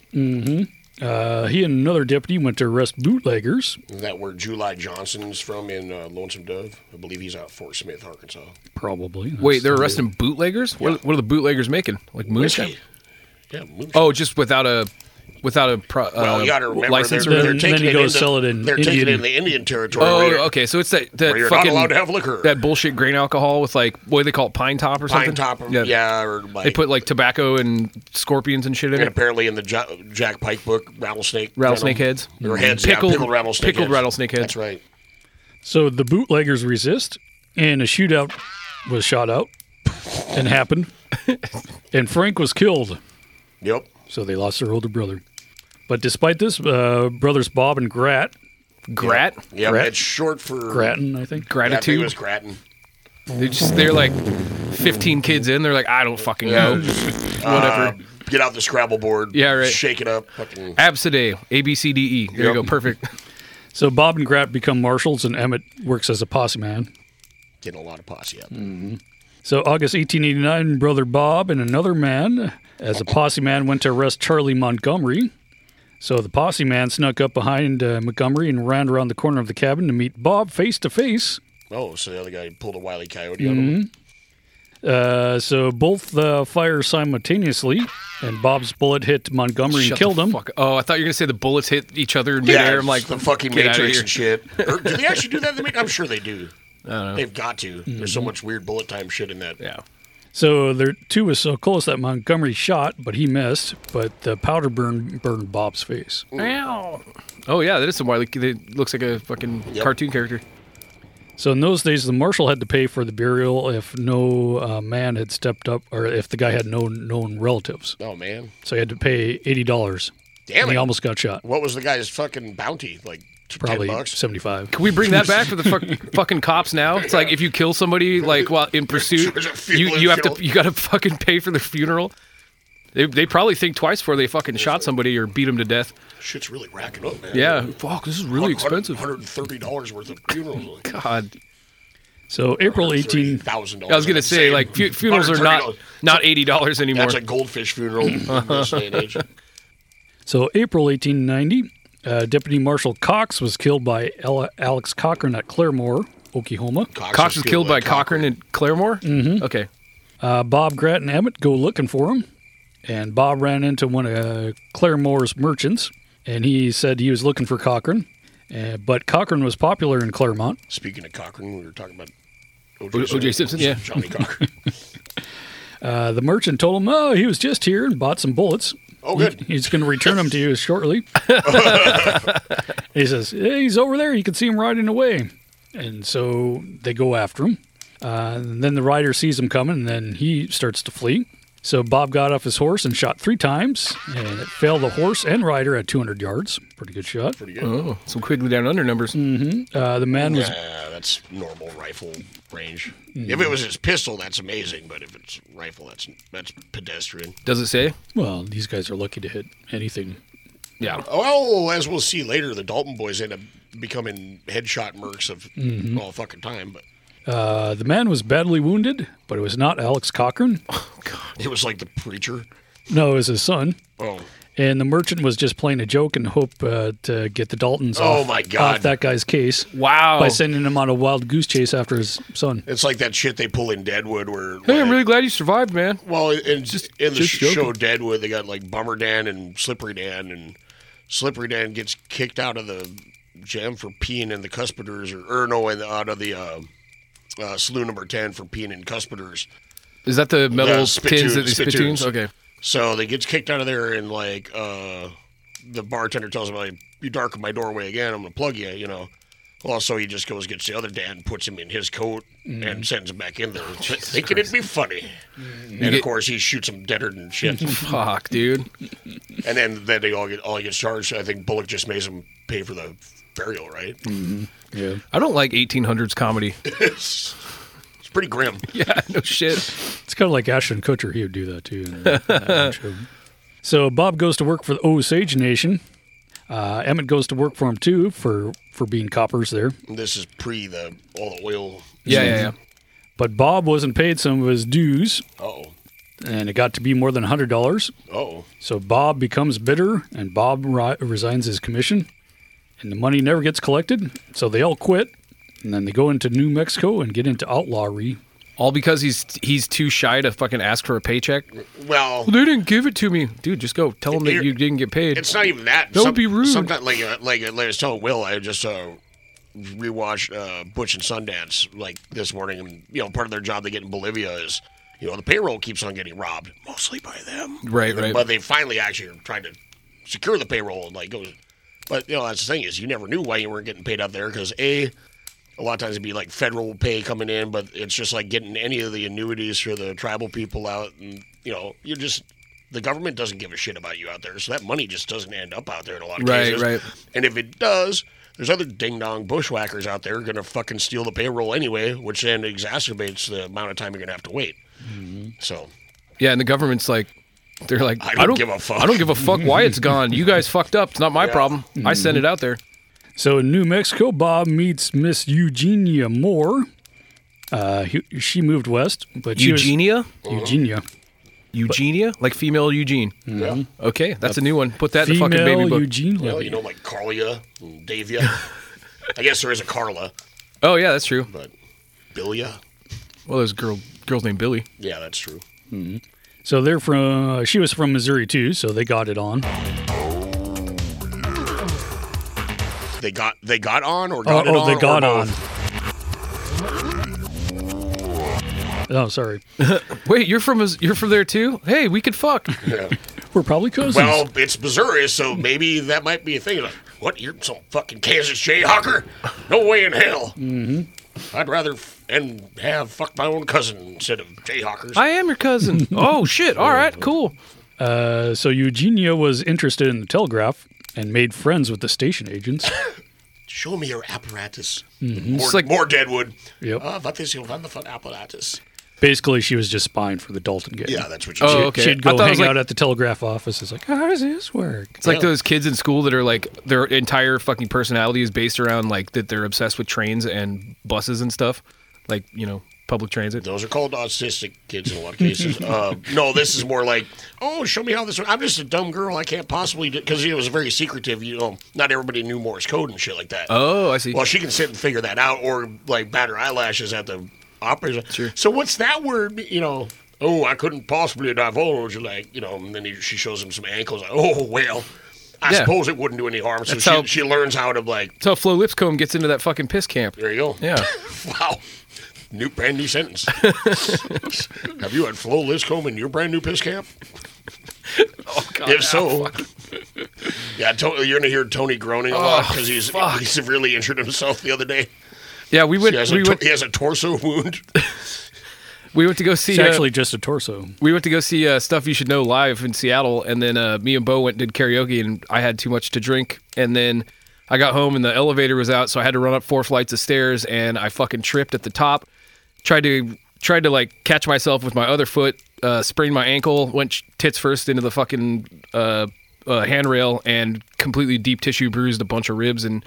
Uh, he and another deputy went to arrest bootleggers.
Isn't that where July Johnson's from in uh, Lonesome Dove? I believe he's out of Fort Smith, Arkansas.
Probably. That's
Wait, they're
the-
arresting bootleggers. What, what are the bootleggers making? Like moonshine?
Whiskey. Yeah. moonshine.
Oh, just without a without a pro,
Well,
uh,
you got to remember
license.
they're,
or
Then-
they're
then
taking
you
it
go
into-
sell it in
they're taking it
Indian-
in the Indian territory.
Oh,
where you're-
okay. So it's that that
Where you're not
fucking
allowed to have liquor.
That bullshit grain alcohol with like what do they call it, pine top or something?
Pine top, or- yeah. or like,
They put like tobacco and scorpions and shit in
and
it.
apparently in the jo- Jack Pike book, rattlesnake,
Rattlesnake
venom.
heads.
or heads,
Pickled-
yeah, pickled rattlesnake,
pickled
heads.
rattlesnake heads.
That's right.
So the bootleggers resist, and a shootout was shot out and happened. and Frank was killed.
Yep.
So they lost their older brother. But despite this, uh, brothers Bob and Grat,
Grat,
Yeah,
Grat-
it's short for
Grattan, I think.
Yeah, I think
gratitude.
it was Grattan.
They just they're like fifteen kids in. They're like I don't fucking know.
Uh,
Whatever.
Get out the Scrabble board.
Yeah, right.
Shake it up. Fucking
Absidae, A B C D E. There you
Yep.
go. Perfect.
So Bob and Grat become marshals, and Emmett works as a posse man.
getting a lot of posse up.
Mm.
So August 1889, brother Bob and another man, as a posse man, went to arrest Charlie Montgomery. So the posse man snuck up behind uh, Montgomery and ran around the corner of the cabin to meet Bob face to face.
Oh, so the other guy pulled a wily coyote out of
Mm-hmm.
him.
Uh, So both uh, fire simultaneously, and Bob's bullet hit Montgomery
Shut
and killed
the
him.
fuck- Oh, I thought you were gonna say the bullets hit each other in
Yeah,
midair. I'm like
it's the fucking
"Get outta
Matrix
here."
and shit. Or do they actually do that? in the Ma- I'm sure they do. They've got to. There's so
Mm-hmm.
much weird bullet time shit in that.
Yeah.
So the two was so close that Montgomery shot, but he missed. But the powder burn burned Bob's face.
Oh yeah, that is some Wiley. It looks like a fucking
Yep.
cartoon character.
So in those days, the marshal had to pay for the burial if no uh, man had stepped up, or if the guy had no known relatives.
Oh man,
So he had to pay eighty dollars.
damn
And
it!
he almost got shot.
what was the guy's fucking bounty? Like t-
Probably
ten bucks.
seventy-five.
Can we bring that back for the fuck, fucking cops now? It's like if you kill somebody like while in pursuit,
Charge a funeral
you, you have to
funeral.
you got to fucking pay for their funeral. They, they probably think twice before they fucking shot somebody or beat them to death.
Shit's really racking up, man.
Yeah, fuck, this is really expensive.
Hundred and thirty dollars worth of funerals.
God,
So April eighteen.
thousand dollars.
I was gonna say like fu- funerals are not not eighty dollars anymore.
That's a goldfish funeral in this day and age.
So April eighteen ninety, uh, Deputy Marshal Cox was killed by Ele- Alex Cochran at Claremore, Oklahoma.
Cox was killed by Cochran and Claremore. Mm-hmm. Okay,
Uh, Bob Grant and Emmett go looking for him, and Bob ran into one of uh, Claremore's merchants, and he said he was looking for Cochran, uh, but Cochran was popular in Claremont,
Speaking of Cochran, we were talking about
O.J. Simpson, yeah.
Johnny Cochran.
Uh, the merchant told him, "Oh, he was just here and bought some bullets.
Oh, good.
He- he's going to return them to you shortly." he says, "Yeah, "He's over there. You can see him riding away." And so they go after him. Uh, and then the rider sees him coming, and then he starts to flee. So Bob got off his horse and shot three times, and it felled the horse and rider at 200 yards. Pretty good shot. Pretty
good.
Oh, some quickly down under numbers.
Mm-hmm. Uh, the man was
Nah, that's normal rifle range.
Mm.
If it was his pistol, that's amazing. But if it's rifle, that's that's pedestrian.
Does it say?
Well, these guys are lucky to hit anything.
Yeah.
Well, Oh, as we'll see later, the Dalton boys end up becoming headshot mercs of
Mm-hmm.
Mhm.
all fucking time. But
Uh, the man was badly wounded, but it was not Alex Cochran.
it was like the preacher.
No, it was his son.
Oh.
And the merchant was just playing a joke and hope uh, to get the Daltons
Oh,
off,
my God.
off that guy's case.
Wow.
By sending him on a wild goose chase after his son.
It's like that shit they pull in Deadwood where
Hey, I'm really glad you survived, man.
Well, in, in the
just
sh- show
joking.
Deadwood, they got like Bummer Dan and Slippery Dan, and Slippery Dan gets kicked out of the gym for peeing in the cuspidors, or, or no, in the, out of the uh, uh, saloon number ten for peeing in cuspidors.
Is that the metal
Yeah,
pins that they spittoons?
spittoons.
Okay.
So they gets kicked out of there, and like uh, the bartender tells him, like, "You darken my doorway again, I'm gonna plug you." You know. Well, so he just goes gets the other Dan, puts him in his coat,
Mm-hmm.
and sends him back in there,
Oh,
th- thinking it'd be funny. And
get-
of course, he shoots him deader than shit.
Fuck, dude.
And then then they all get all get charged. I think Bullock just makes him pay for the burial, right?
Mm.
Yeah.
I don't like 1800s comedy.
it's pretty grim.
Yeah, no shit.
It's kind of like Ashton Kutcher. He would do that too. in that- that show. So Bob goes to work for the Osage Nation. Uh, Emmett goes to work for him too for, for being coppers there.
This is pre the all the oil.
Yeah, yeah, yeah.
But Bob wasn't paid some of his dues,
Oh,
and it got to be more than $100.
oh,
So Bob becomes bitter, and Bob ri- resigns his commission, and the money never gets collected. So they all quit, and then they go into New Mexico and get into outlawry.
All because he's he's too shy to fucking ask for a paycheck.
well.
Well, they didn't give it to me, dude. Just go tell them that you didn't get paid.
It's not even that.
That would be rude.
Sometimes, like, uh, like, uh, like I was telling Will, I just uh, rewatched uh, Butch and Sundance like this morning, and you know, part of their job they get in Bolivia is, you know, the payroll keeps on getting robbed, mostly by them.
Right, right.
But they finally actually are trying to secure the payroll, and like goes. But you know, that's the thing is, you never knew why you weren't getting paid out there because a. A lot of times it'd be like federal pay coming in, but it's just like getting any of the annuities for the tribal people out, and you know, you're just the government doesn't give a shit about you out there, so that money just doesn't end up out there in a lot of
Right,
cases.
right.
And if it does, there's other ding dong bushwhackers out there going to fucking steal the payroll anyway, which then exacerbates the amount of time you're going to have to wait.
Mm-hmm.
So
yeah, and the government's like, they're like,
I don't give a fuck."
I don't give a fuck why it's gone. You guys fucked up. It's not my
Yeah.
problem. I sent it out there.
Mm-hmm. So in New Mexico, Bob meets Miss Eugenia Moore. Uh, he, she moved west, but she was-
Eugenia,
Eugenia,
Eugenia, like female Eugene. Okay, that's a new one. Put that in the
female
fucking baby book.
Eugene
well,
Levy.
you know, like Carlia and Davia. I guess there is a Carla,
Oh yeah, that's true.
but Bilia.
Well, there's a girl girl's named Billy.
Yeah, that's true.
So they're from. uh, She was from Missouri too, so they got it on.
They got they got on or
Oh,
got it
oh,
on.
they
or
got on.
both?
Oh, sorry.
Wait, you're from you're from there too? Hey, we could fuck.
We're probably cousins.
Well, it's Missouri, so maybe that might be a thing. Like, what? You're some fucking Kansas Jayhawker? No way in hell. Mm-hmm. I'd rather f- and have fuck my own cousin instead of Jayhawkers.
I am your cousin. oh shit. All right, cool.
Uh, so Eugenia was interested in the telegraph and made friends with the station agents.
Show me your apparatus. More,
It's like-
more Deadwood.
Yep.
Ah, what is your wonderful apparatus?
Basically, she was just spying for the Dalton gang.
Yeah, that's what you
Oh,
should-
okay.
She'd
I
go
thought it was
hang
like-
out at the telegraph office. It's like, how does this work?
It's like
Yeah.
those kids in school that are like their entire fucking personality is based around like that they're obsessed with trains and buses and stuff, like you know public transit.
Those are called autistic kids in a lot of cases. uh, no, this is more like, oh, show me how this. I'm just a dumb girl. I can't possibly do because it was very secretive. You know, not everybody knew Morse code and shit like that.
Oh, I see.
Well, she can sit and figure that out, or like bat her eyelashes at the opera.
Sure.
So what's that word? You know, oh, I couldn't possibly divulge. Like, you know, and then he, she shows him some ankles. Like, oh well, I
Yeah.
suppose it wouldn't do any harm. So
That's
she,
how-
she learns how to like.
That's how Flo Lipscomb gets into that fucking piss camp.
There you go.
Yeah,
Wow. New brand new sentence. Have you had Flo Liscombe in your brand new piss camp?
Oh, God,
if
Al,
so,
fuck.
yeah, to- you're gonna hear Tony groaning a
Oh,
lot because he's
fuck.
he severely injured himself the other day.
Yeah, we went.
he, has
we
a, tor-
went
he has a torso wound.
we went to go see.
It's
uh,
actually just a torso.
we went to go see uh, stuff you should know live in Seattle, and then uh, me and Bo went and did karaoke, and I had too much to drink, and then I got home and the elevator was out, so I had to run up four flights of stairs, and I fucking tripped at the top, tried to tried to like catch myself with my other foot, uh, sprained my ankle, went sh- tits first into the fucking uh, uh, handrail, and completely deep tissue bruised a bunch of ribs, and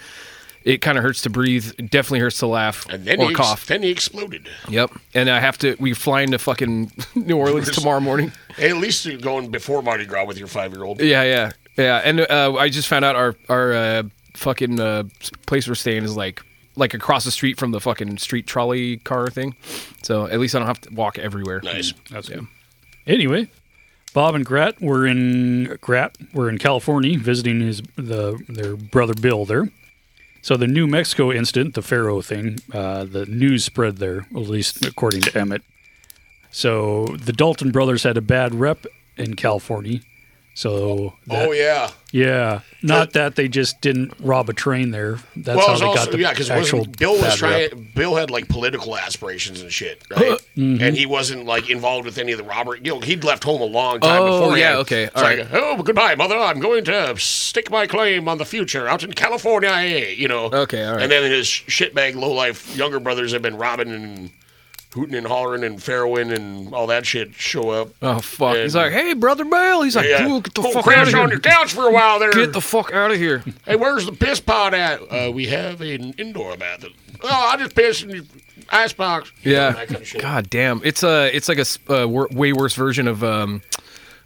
it kind of hurts to breathe, it definitely hurts to laugh
And then
or
he ex-
cough.
then he exploded.
Yep, and I have to. We fly into fucking New Orleans tomorrow morning.
Hey, at least you're going before Mardi Gras with your five year old.
Yeah, yeah, yeah. And uh, I just found out our our uh, fucking uh, s- place we're staying is like like across the street from the fucking street trolley car thing. So at least I don't have to walk everywhere.
Nice.
That's good. Anyway, Bob and Grat were in Grat were in California visiting his the their brother Bill there. So the New Mexico incident, the Faro thing, uh, the news spread there, at least according to Emmett. So the Dalton brothers had a bad rep in California. So that,
oh yeah.
yeah, not that they just didn't rob a train there. That's
well,
how
it's
they
also
got the
yeah, because
actual
Bill was
bad
trying.
rep.
Bill had like political aspirations and shit,
Uh,
right?
mm-hmm.
And he wasn't like involved with any of the robbery. You know, he'd left home a long time
Oh,
before.
yeah, okay,
It's
all
like,
right.
oh goodbye, mother. I'm going to stake my claim on the future out in California. eh," You know.
Okay, all right.
And then his shitbag lowlife younger brothers have been robbing and hooting and hollering and farrowing and all that shit show up.
Oh fuck! He's
And-
like, hey, brother Bale. He's like,
Yeah.
dude, get the
Go
fuck out
crash
of
on
here.
your couch for a while there.
Get the fuck out of here.
Hey, where's the piss pot at? Uh, we have an indoor bathroom. Oh, I just pissed in your icebox. You know,
Yeah.
that kind of shit.
God damn. It's a. It's like a s- uh, wor- way worse version of um,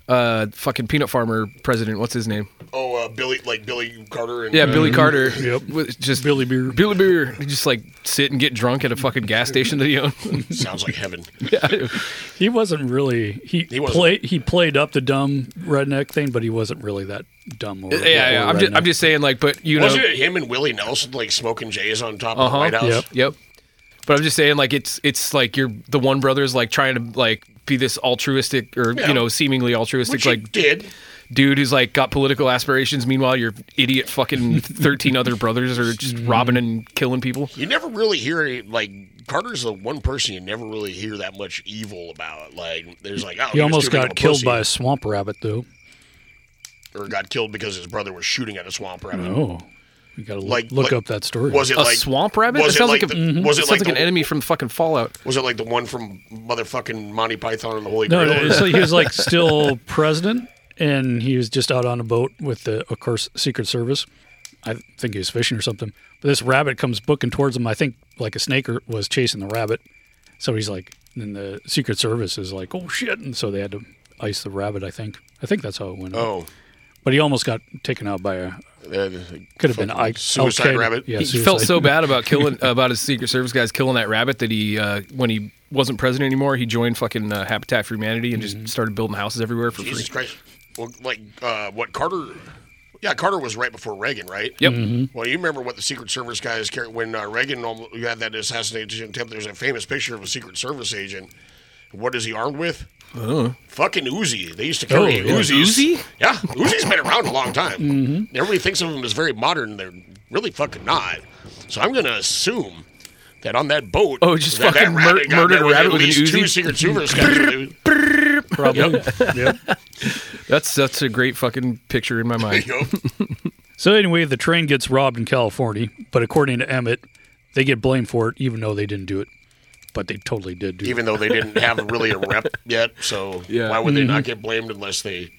uh, fucking peanut farmer president. What's his name?
Oh, uh, Billy, like Billy Carter. And, uh,
Yeah, Billy Carter.
Mm-hmm. Yep.
With Just
Billy Beer.
Billy Beer. He'd Just like sit and get drunk at a fucking gas station that he owned.
Sounds like heaven.
He wasn't really he,
He
he
wasn't.
played he played up the dumb redneck thing, but he wasn't really that dumb. Or,
yeah, yeah.
or
I'm just, I'm
redneck.
just saying, like, but you know,
Wasn't it him and Willie Nelson like smoking J's on top of
Uh-huh.
the White
Yep.
House?
yep. But I'm just saying, like, it's it's like you're the one brother's like trying to like be this altruistic or
Yeah.
you know seemingly altruistic
Which
like
he did.
dude who's like got political aspirations. Meanwhile, your idiot fucking 13 other brothers are just robbing and killing people.
You never really hear any, like Carter's the one person you never really hear that much evil about. Like there's like oh,
He
was
almost
too big of
got
a
killed
pussy,
by a swamp rabbit, though.
or got killed because his brother was shooting at a swamp rabbit.
Uh-huh.
Oh, you got to
Like-
look
like-
up that story.
Was it
A
like
swamp rabbit? That
Was it
sounds
like,
like,
the,
a, mm-hmm.
was it
sounds
like,
like
the,
an enemy from fucking Fallout.
Was it like the one from motherfucking Monty Python and the Holy
no,
Grail?
no, so he was like still president, and he was just out on a boat with the, of course, Secret Service. I think he was fishing or something. But this rabbit comes booking towards him. I think like a snake or- was chasing the rabbit. So he's like, and the Secret Service is like, oh shit! And so they had to ice the rabbit. I think. I think that's how it went.
Oh,
But he almost got taken out by a could have been Ike
Suicide
Al-Qaeda.
Rabbit.
Yeah,
he
suicide.
felt so bad about killing about his Secret Service guys killing that rabbit that he uh, when he wasn't president anymore he joined fucking uh, Habitat for Humanity and just started building houses everywhere for
Jesus
free.
Christ. Well, like uh, what Carter? Yeah, Carter was right before Reagan, right?
Yep.
Well, you remember what the Secret Service guys carried when uh, Reagan almo- you had that assassination attempt? There's a famous picture of a Secret Service agent. What is he armed with? Fucking Uzi. They used to carry
Oh, yeah.
Uzis.
Uh-huh. Uzi? Mm-hmm.
Yeah, Uzi's been around a long time. Everybody thinks of them as very modern. They're really fucking not. So I'm gonna assume that on that boat,
Oh, just
that,
fucking mur-
got
murdered
met
a
with
rabbit
at
with an
least
Uzi?
two Secret Service guys.
Probably. Yep.
That's that's a great fucking picture in my mind.
Yup.
So anyway, the train gets robbed in California, but according to Emmett, they get blamed for it, even though they didn't do it. But they totally did do
even though they didn't have really a rep yet. So
Yeah. Mm-hmm.
why would they not get blamed unless they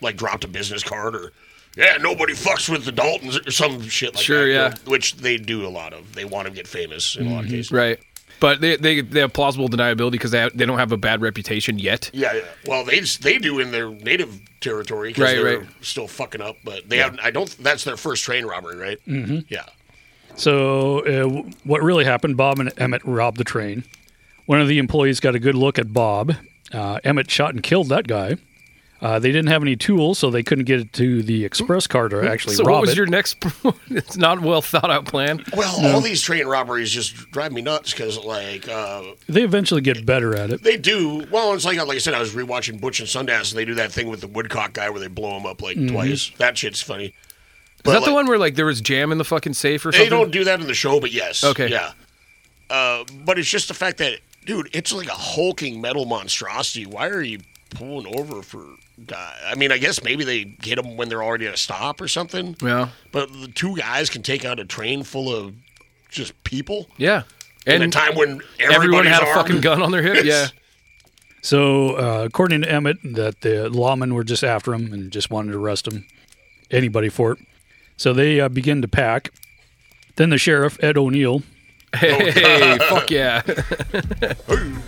like dropped a business card or yeah, nobody fucks with the Daltons or some shit like
Sure,
that.
yeah. Mm-hmm.
Which they do a lot of. They want to get famous in a lot of cases.
right. But they, they they have plausible deniability because they, have- they don't have a bad reputation yet.
Yeah, yeah. Well, they they do in their native territory because
Right,
they're
right.
still fucking up. But they have. I don't. That's their first train robbery, right? Mm-hmm. Yeah.
it. So uh, w- what really happened? Bob and Emmett robbed the train. One of the employees got a good look at Bob. Uh, Emmett shot and killed that guy. Uh, they didn't have any tools, so they couldn't get it to the express car to actually
so
rob
what was
it.
your next? it's not well thought out plan.
Well, all these train robberies just drive me nuts because, like, uh,
they eventually get better at it.
they do. Well, it's like like I said, I was rewatching Butch and Sundance, and they do that thing with the woodcock guy where they blow him up like
Mhm.
twice. That shit's funny.
Is that
like-
the one where like there was jam in the fucking safe or
They
something?
don't do that in the show, but yes.
Okay.
Yeah. Uh, but it's just the fact that, dude, it's like a hulking metal monstrosity. Why are you pulling over for? guy? I mean, I guess maybe they hit them when they're already at a stop or something.
Yeah.
But the two guys can take out a train full of just people.
Yeah.
In a time when
everyone
everybody's
had a
armed.
fucking gun on their hip. Yeah.
So, uh, according to Emmett, that the lawmen were just after him and just wanted to arrest him, anybody for it. So they uh, begin to pack. Then the sheriff Ed O'Neill.
Hey, fuck yeah!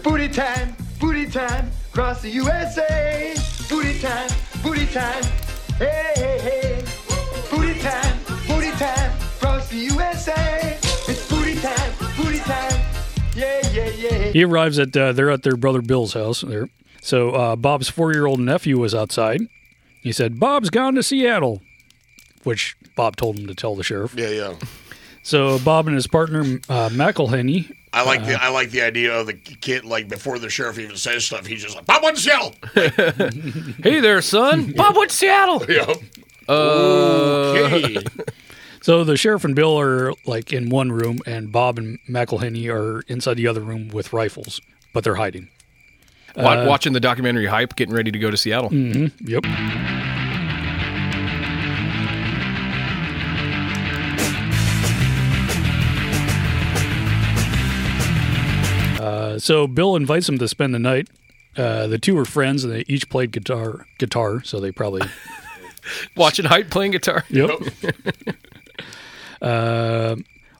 Booty time, booty time, across the USA. Booty time, booty time, hey, hey, hey. Booty time, booty time, across the USA. It's booty time, booty time, yeah, yeah, yeah.
He arrives at uh, they're at their brother Bill's house there. So uh, Bob's four-year-old nephew was outside. He said, "Bob's gone to Seattle," which Bob told him to tell the sheriff.
Yeah, yeah.
So Bob and his partner uh, McElhenney.
I like
uh,
Uh-huh.
the I like the idea of the kid like before the sheriff even says stuff, he's just like Bob went to Seattle.
hey there, son. Bob went to Seattle.
Yeah.
Uh,
okay.
So the sheriff and Bill are like in one room, and Bob and McElhenney are inside the other room with rifles, but they're hiding.
Wa-
Uh,
Watching the documentary hype, getting ready to go to Seattle.
Mhm, Yep. Uh, so Bill invites him to spend the night. Uh, the two were friends, and they each played guitar. Guitar, so they probably
Watching hype playing guitar.
Yep. uh,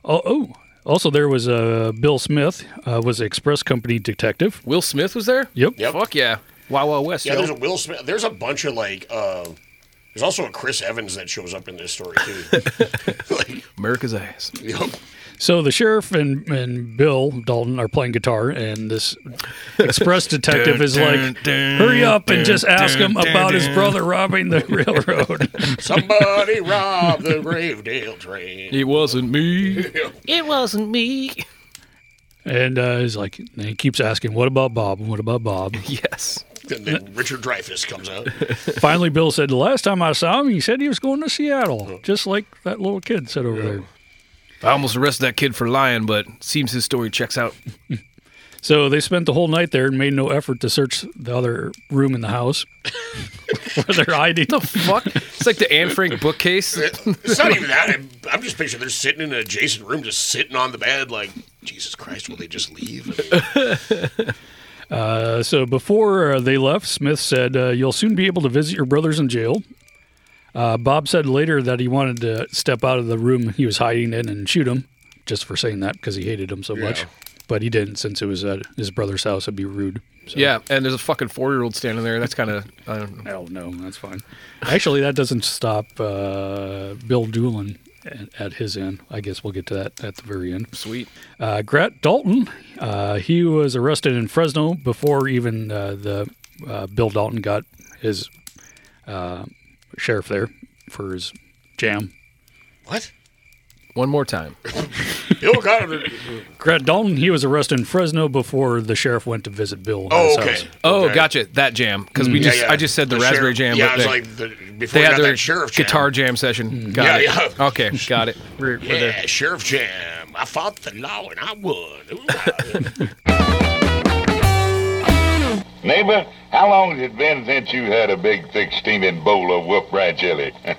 oh, oh, also there was uh, Bill Smith uh, was an express company detective.
Will Smith was there.
Yep.
Fuck yeah. Wow, wow, West.
Yeah,
yo.
there's a Will Smith. There's a bunch of like. uh There's also a Chris Evans that shows up in this story too.
America's ass.
So the sheriff and, and Bill Dalton are playing guitar, and this express detective is like, "Hurry up and just ask him about his brother robbing the railroad."
Somebody robbed the Gravedale train.
It wasn't me.
It wasn't me.
and uh, he's like, and he keeps asking, "What about Bob? What about Bob?"
yes.
And then Richard Dreyfuss comes out.
Finally, Bill said, "The last time I saw him, he said he was going to Seattle, just like that little kid said over there."
I almost arrested that kid for lying, but seems his story checks out.
So they spent the whole night there and made no effort to search the other room in the house where they're hiding.
The fuck? It's like the Anne Frank bookcase.
It's not even that. I'm, I'm just picturing they're sitting in an adjacent room, just sitting on the bed, like Jesus Christ, will they just leave?
Uh, so before uh, they left, Smith said, uh, "You'll soon be able to visit your brothers in jail." Uh, Bob said later that he wanted to step out of the room he was hiding in and shoot him, just for saying that because he hated him so much.
Yeah.
But he didn't, since it was at his brother's house. It'd be rude.
Yeah, and there's a fucking four year old standing there. That's kind of I don't know.
Hell no, that's fine. Actually, that doesn't stop uh, Bill Doolin at, at his end. I guess we'll get to that at the very end.
Sweet.
Uh, Grant Dalton, uh, he was arrested in Fresno before even uh, the uh, Bill Dalton got his uh, sheriff there for his jam.
What?
One more time.
Bill got it.
Grant Dalton, he was arrested in Fresno before the sheriff went to visit Bill. at his house.
Oh, gotcha. That jam because we
Mm.
just
Yeah, yeah.
I just said the,
The
raspberry
sheriff-
jam.
yeah,
but
I was
they-
like, the- before
they
we
had
got
their
that sheriff jam. Mm.
guitar jam, session.
Yeah,
Got it.
yeah.
Okay, got it. We're- we're there.
Yeah, Sheriff Jam. I fought the law and I won.
Neighbor, how long has it been since you had a big, thick, steaming bowl of whoop rye jelly?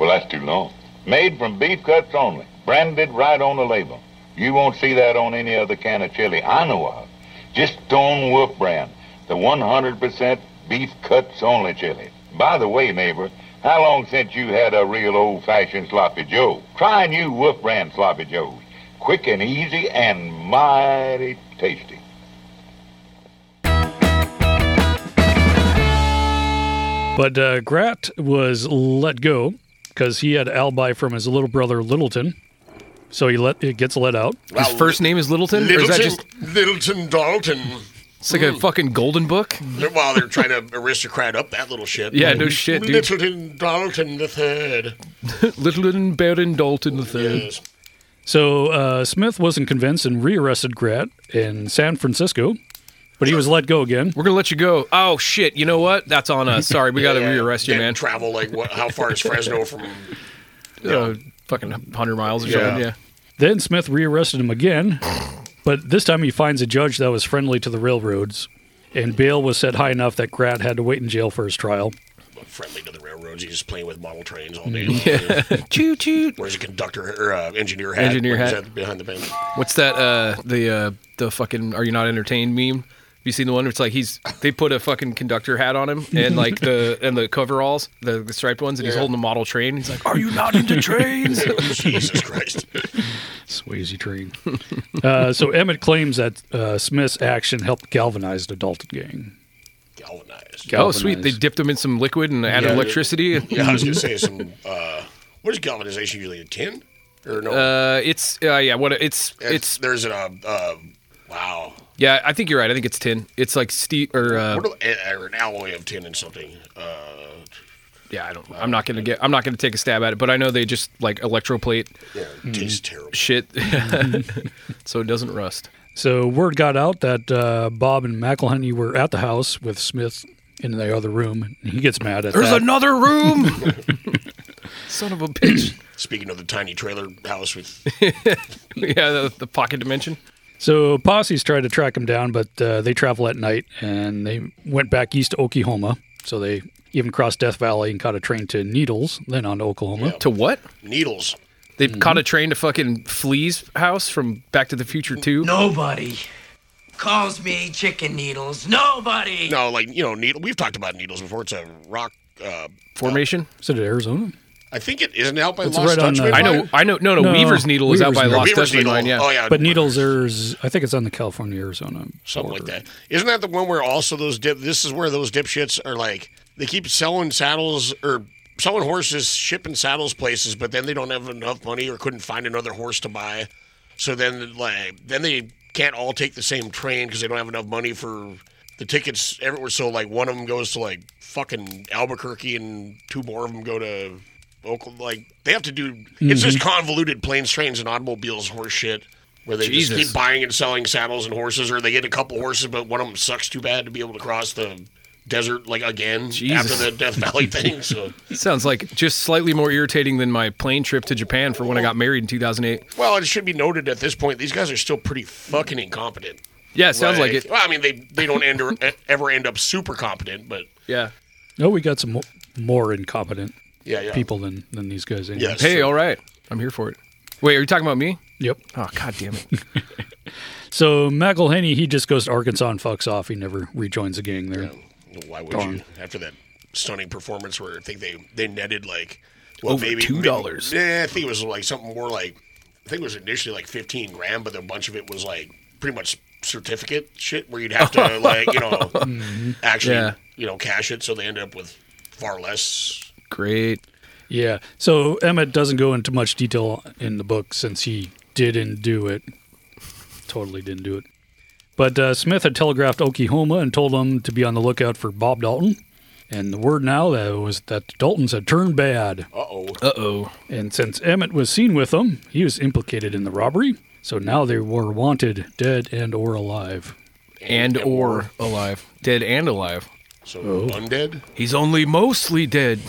well, that's too long. Made from beef cuts only, branded right on the label. You won't see that on any other can of chili I know of. Just Stone Wolf brand, the 100% beef cuts only chili. By the way, neighbor, how long since you had a real old-fashioned sloppy joe? Try new Wolf brand sloppy joes. Quick and easy and mighty tasty.
But uh, Grat was let go because he had alibi from his little brother Littleton, so he let it gets let out.
His first name is Littleton, or is that
Uh, Littleton, Mm.
just
Littleton Dalton.
It's like a fucking golden book.
They're- While they're trying to aristocrat up that little shit.
Yeah, no shit, dude.
Littleton Dalton the third.
Littleton Baron Dalton the third.
So uh, Smith wasn't convinced and rearrested Grant in San Francisco, but he was let go again.
We're gonna let you go. Oh shit! You know what? That's on us. Sorry, we gotta rearrest you,
Didn't
man.
Travel like what? How far is Fresno from?
Uh, fucking hundred miles or
Yeah.
something. Yeah.
Then Smith rearrested him again, but this time he finds a judge that was friendly to the railroads, and bail was set high enough that Grant had to wait in jail for his trial.
Friendly to the railroads. He's just playing with model trains all day.
Yeah. Toot toot.
Where's a conductor or uh, engineer hat?
Engineer
What is
hat.
that behind the bench.
What's that? Uh, the uh, the fucking "Are you not entertained?" meme. Have you seen the one? where It's like he's they put a fucking conductor hat on him and like the and the coveralls, the, the striped ones, and he's
Yeah.
holding a model train. He's like, "Are you not into trains?"
Jesus Christ!
Swayze train. uh, so Emmett claims that uh, Smith's action helped galvanize the Dalton gang.
Galvanized.
Oh, sweet! They dipped him in some liquid and added
Yeah.
electricity.
Yeah, I was gonna say some. Uh, what is galvanization usually? A tin or no?
Uh, it's uh, yeah. What it's
it's there's a uh, wow.
yeah. I think you're right. I think it's tin. It's like steel or uh,
What are, eh, or an alloy of tin and something. Uh,
yeah. I don't. I'm not gonna get. I'm not gonna take a stab at it. But I know they just like electroplate.
Yeah,
Hmm.
it tastes terrible.
Shit. so it doesn't rust.
So word got out that uh, Bob and McElhenney were at the house with Smith in the other room, and he gets mad at
There's
that.
another room. Son of a bitch.
Speaking of the tiny trailer house with
yeah, the, the pocket dimension.
So posse's tried to track him down, but uh, they travel at night and they went back east to Oklahoma. So they even crossed Death Valley and caught a train to Needles, then on to Oklahoma.
To what?
Needles.
They caught a train to fucking Flea's house from Back to the Future 2.
Nobody calls me chicken needles. Nobody.
no, like you know, needle. We've talked about needles before. It's a rock. Uh,
Formation.
Is it Arizona?
I think it isn't it out by
It's
Lost
right on,
Dutchman.
uh,
I know. I know. No, no. Weaver's Needle is out by
Needle.
Lost Dutchman line. Yeah.
Oh, yeah.
But Needles, there's, I think it's on the California Arizona.
Something like that. Isn't that the one where also those dip? This is where those dipshits are like they keep selling saddles or selling horses, shipping saddles places, but then they don't have enough money or couldn't find another horse to buy. So then, like, then they can't all take the same train because they don't have enough money for the tickets everywhere. So like one of them goes to like fucking Albuquerque, and two more of them go to. Oakland. Like they have to do. It's just
Mhm.
convoluted planes, trains, and automobiles, horse shit. Where they
Jesus.
just keep buying and selling saddles and horses, or they get a couple horses, but one of them sucks too bad to be able to cross the desert like again
Jesus.
after the Death Valley thing. So,
Sounds like just slightly more irritating than my plane trip to Japan for when I got married in 2008.
well, it should be noted at this point, these guys are still pretty fucking incompetent.
Yeah, it sounds like it.
Well, I mean, they they don't end or, e, ever end up super competent, but
Yeah.
No, Oh, we got some mo- more incompetent
Yeah, yeah.
people than, than these guys. Anyway.
Hey, all right. I'm here for it. Wait, are you talking about me?
Yep.
Oh, god damn it.
So McElhenney, he just goes to Arkansas and fucks off. He never rejoins the gang there.
why would
Darn.
you after that stunning performance where I think they they netted like
Over
maybe-
$2.
Yeah, I think it was like something more like I think it was initially like fifteen grand, but a bunch of it was like pretty much certificate shit where you'd have to like you know
Mhm.
actually
Yeah.
you know cash it, so they end up with far less.
Great.
Yeah. So Emmett doesn't go into much detail in the book since he didn't do it. Totally didn't do it. But uh, Smith had telegraphed Oklahoma and told him to be on the lookout for Bob Dalton. And the word now that was that the Daltons had turned bad.
Uh oh.
Uh oh.
And since Emmett was seen with them, he was implicated in the robbery. So now they were wanted, dead and or alive.
And, or alive. Dead and alive.
So
Oh.
undead?
He's only mostly dead.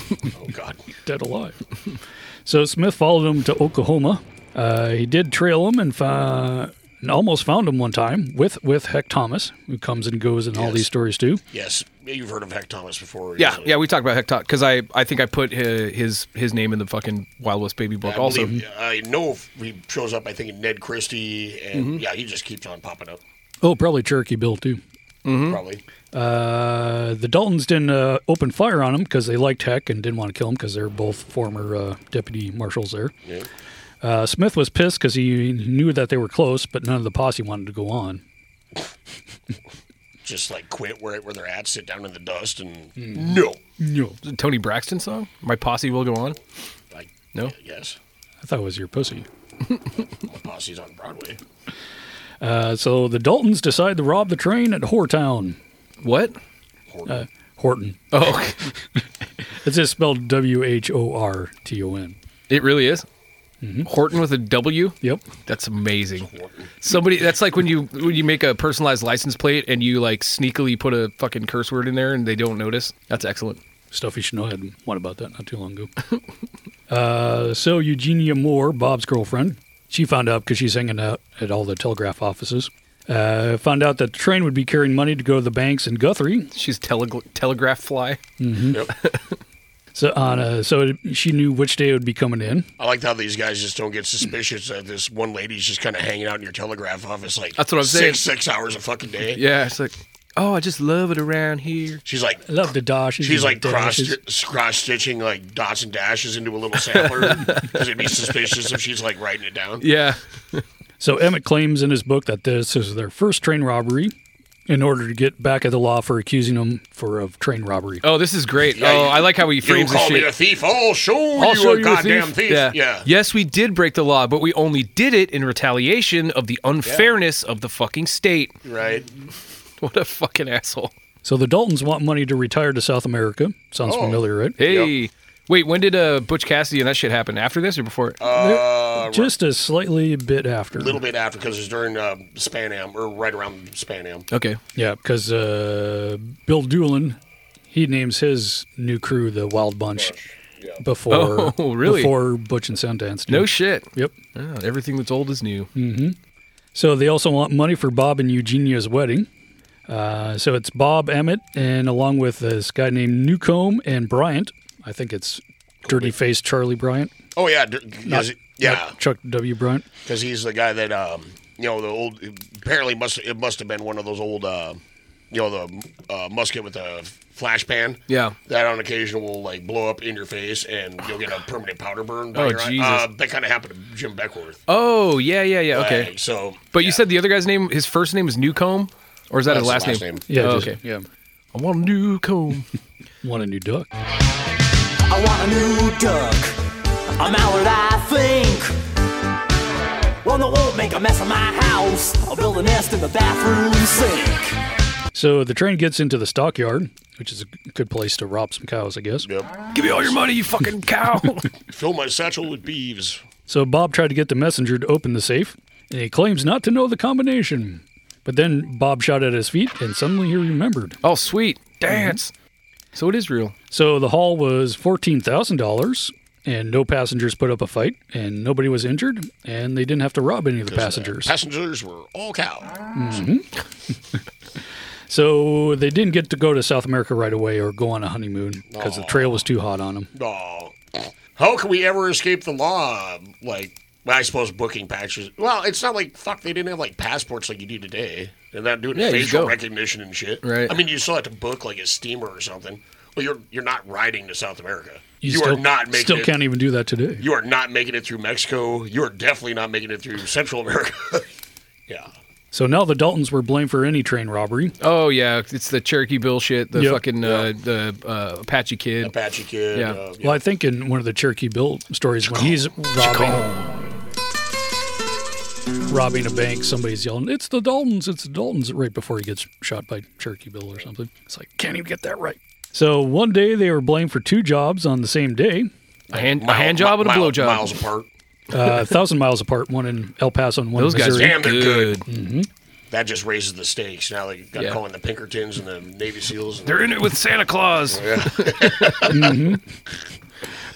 oh god.
Dead alive. So Smith followed him to Oklahoma. Uh, he did trail him and, fi- and almost found him one time with with Heck Thomas, who comes and goes in all these stories too.
Yes, yeah, you've heard of Heck Thomas before.
Yeah, yeah, we talked about Hector because I, I think I put his, his his name in the fucking Wild West Baby book
I
also.
believe- I know if he shows up. I think in Ned Christie, and
Mm-hmm.
Mhm.
yeah, he just keeps on popping up.
Oh, probably Cherokee Bill too.
Mm-hmm.
Probably.
Uh, the Daltons didn't uh, open fire on him because they liked Heck and didn't want to kill him because they're both former uh, deputy marshals there.
Yeah.
Uh, Smith was pissed because he knew that they were close, but none of the posse wanted to go on.
Just like quit where where they're at, sit down in the dust, and no.
No.
The Tony Braxton song? My posse will go on. no.
Yes.
I thought it was your pussy.
My posse's on Broadway.
Uh, so the Daltons decide to rob the train at Hortown.
What?
Horton. Uh, Horton.
Oh, okay.
it's just spelled W H O R T O N.
It really is.
Mm-hmm.
Horton with a W.
Yep,
that's amazing. Somebody that's like when you when you make a personalized license plate and you like sneakily put a fucking curse word in there and they don't notice. That's excellent.
Stuff you should know. I had one about that not too long ago. Uh, so Eugenia Moore, Bob's girlfriend, she found out because she's hanging out at all the telegraph offices. Uh, found out that the train would be carrying money to go to the banks in Guthrie.
She's tele- telegraph fly. Hmm.
Mhm. So on a, so it, she knew which day it would be coming in.
I liked how these guys just don't get suspicious that this one lady's just kind of hanging out in your telegraph office like
That's what I'm saying.
six, six hours a fucking day.
Yeah, it's like, oh, I just love it around here.
She's like,
I love the dashes.
She's like
the
cross
dashes.
cross stitching like dots and dashes into a little sampler because it'd be suspicious if she's like writing it down.
Yeah.
So Emmett claims in his book that this is their first train robbery. In order to get back at the law for accusing them for of train robbery.
Oh, this is great. oh, I like how he
You
frames the
call
shit.
me a thief? I'll show
I'll
you
show
a goddamn thief.
Yeah.
yeah.
Yes, we did break the law, but we only did it in retaliation of the unfairness of the fucking state.
Right.
What a fucking asshole.
So the Daltons want money to retire to South America. Sounds
Oh.
familiar, right?
Hey. Wait, when did uh, Butch Cassidy and that shit happen? After this or before? it?
Uh,
Just a slightly bit after.
a little bit after because it's during uh, Span Am or right around Span Am.
Okay.
Yeah, because uh, Bill Doolin, he names his new crew the Wild Bunch before
Oh, really?
before Butch and Sundance. did.
mm.
no shit. Ah,
Yep.
everything that's old is new.
hmm So they also want money for Bob and Eugenia's wedding. Uh, so it's Bob Emmett and along with this guy named Newcomb and Bryant. I think it's Dirty Face Charlie Bryant.
Oh yeah, d-
Not,
is it- yeah,
not Chuck W. Bryant.
because he's the guy that um, you know the old. Apparently, must it must have been one of those old, uh, you know, the uh, musket with the flash pan.
Yeah.
that on occasion will like blow up in your face, and you'll get a permanent powder burn. By
Oh,
your eye.
Jesus.
Uh, that kind of happened to Jim Beckworth.
Oh, yeah, yeah, yeah. Okay.
Like, so
But you said the other guy's name, his first name is Newcomb? Or is that
That's
his last,
the last
name?
name. Yeah,
Oh,
just-
okay.
Yeah.
I want a new comb.
want a new duck.
I want a new duck. I'm out what I think. Well, no, won't make a mess of my house. I'll build a nest in the bathroom sink.
So the train gets into the stockyard, which is a good place to rob some cows, I guess.
Yep.
Give me all your money, you fucking cow.
fill my satchel with beeves.
So Bob tried to get the messenger to open the safe, and he claims not to know the combination. But then Bob shot at his feet, and suddenly he remembered.
Oh, sweet. Dance.
Mm-hmm.
So it is real.
So the haul was $14,000, and no passengers put up a fight, and nobody was injured, and they didn't have to rob any of the passengers.
Passengers were all cow.
Mhm. so they didn't get to go to South America right away or go on a honeymoon because the trail was too hot on them.
Oh, how can we ever escape the law? Like, well, I suppose booking packages. Well, it's not like fuck. They didn't have like passports like you do today. They're not doing
Yeah, you
facial
go.
recognition and shit.
Right.
I mean, you still have to book like a steamer or something. Well, you're you're not riding to South America. You,
still,
are not making
still
it.
can't even do that today.
You are not making it through Mexico. You are definitely not making it through Central America. yeah.
So now the Daltons were blamed for any train robbery.
Oh, yeah. It's the Cherokee Bill shit, the
Yep.
fucking uh, the uh, Apache Kid.
Apache Kid. uh,
Yeah.
Well, I think in one of the Cherokee Bill stories, when he's robbing, robbing a bank, somebody's yelling, "It's the Daltons! It's the Daltons!" right before he gets shot by Cherokee Bill or something. It's like can't even get that right. So one day they were blamed for two jobs on the same day,
a hand, a hand job and a
mile-
blow job.
Miles apart.
uh, a thousand miles apart, one in El Paso and one
Those
in
guys
Missouri.
are Damn, they're good.
Mhm.
That just raises the stakes. Now they got
Yeah.
calling the Pinkertons and the Navy SEALs. And
They're in it with Santa Claus.
Mhm.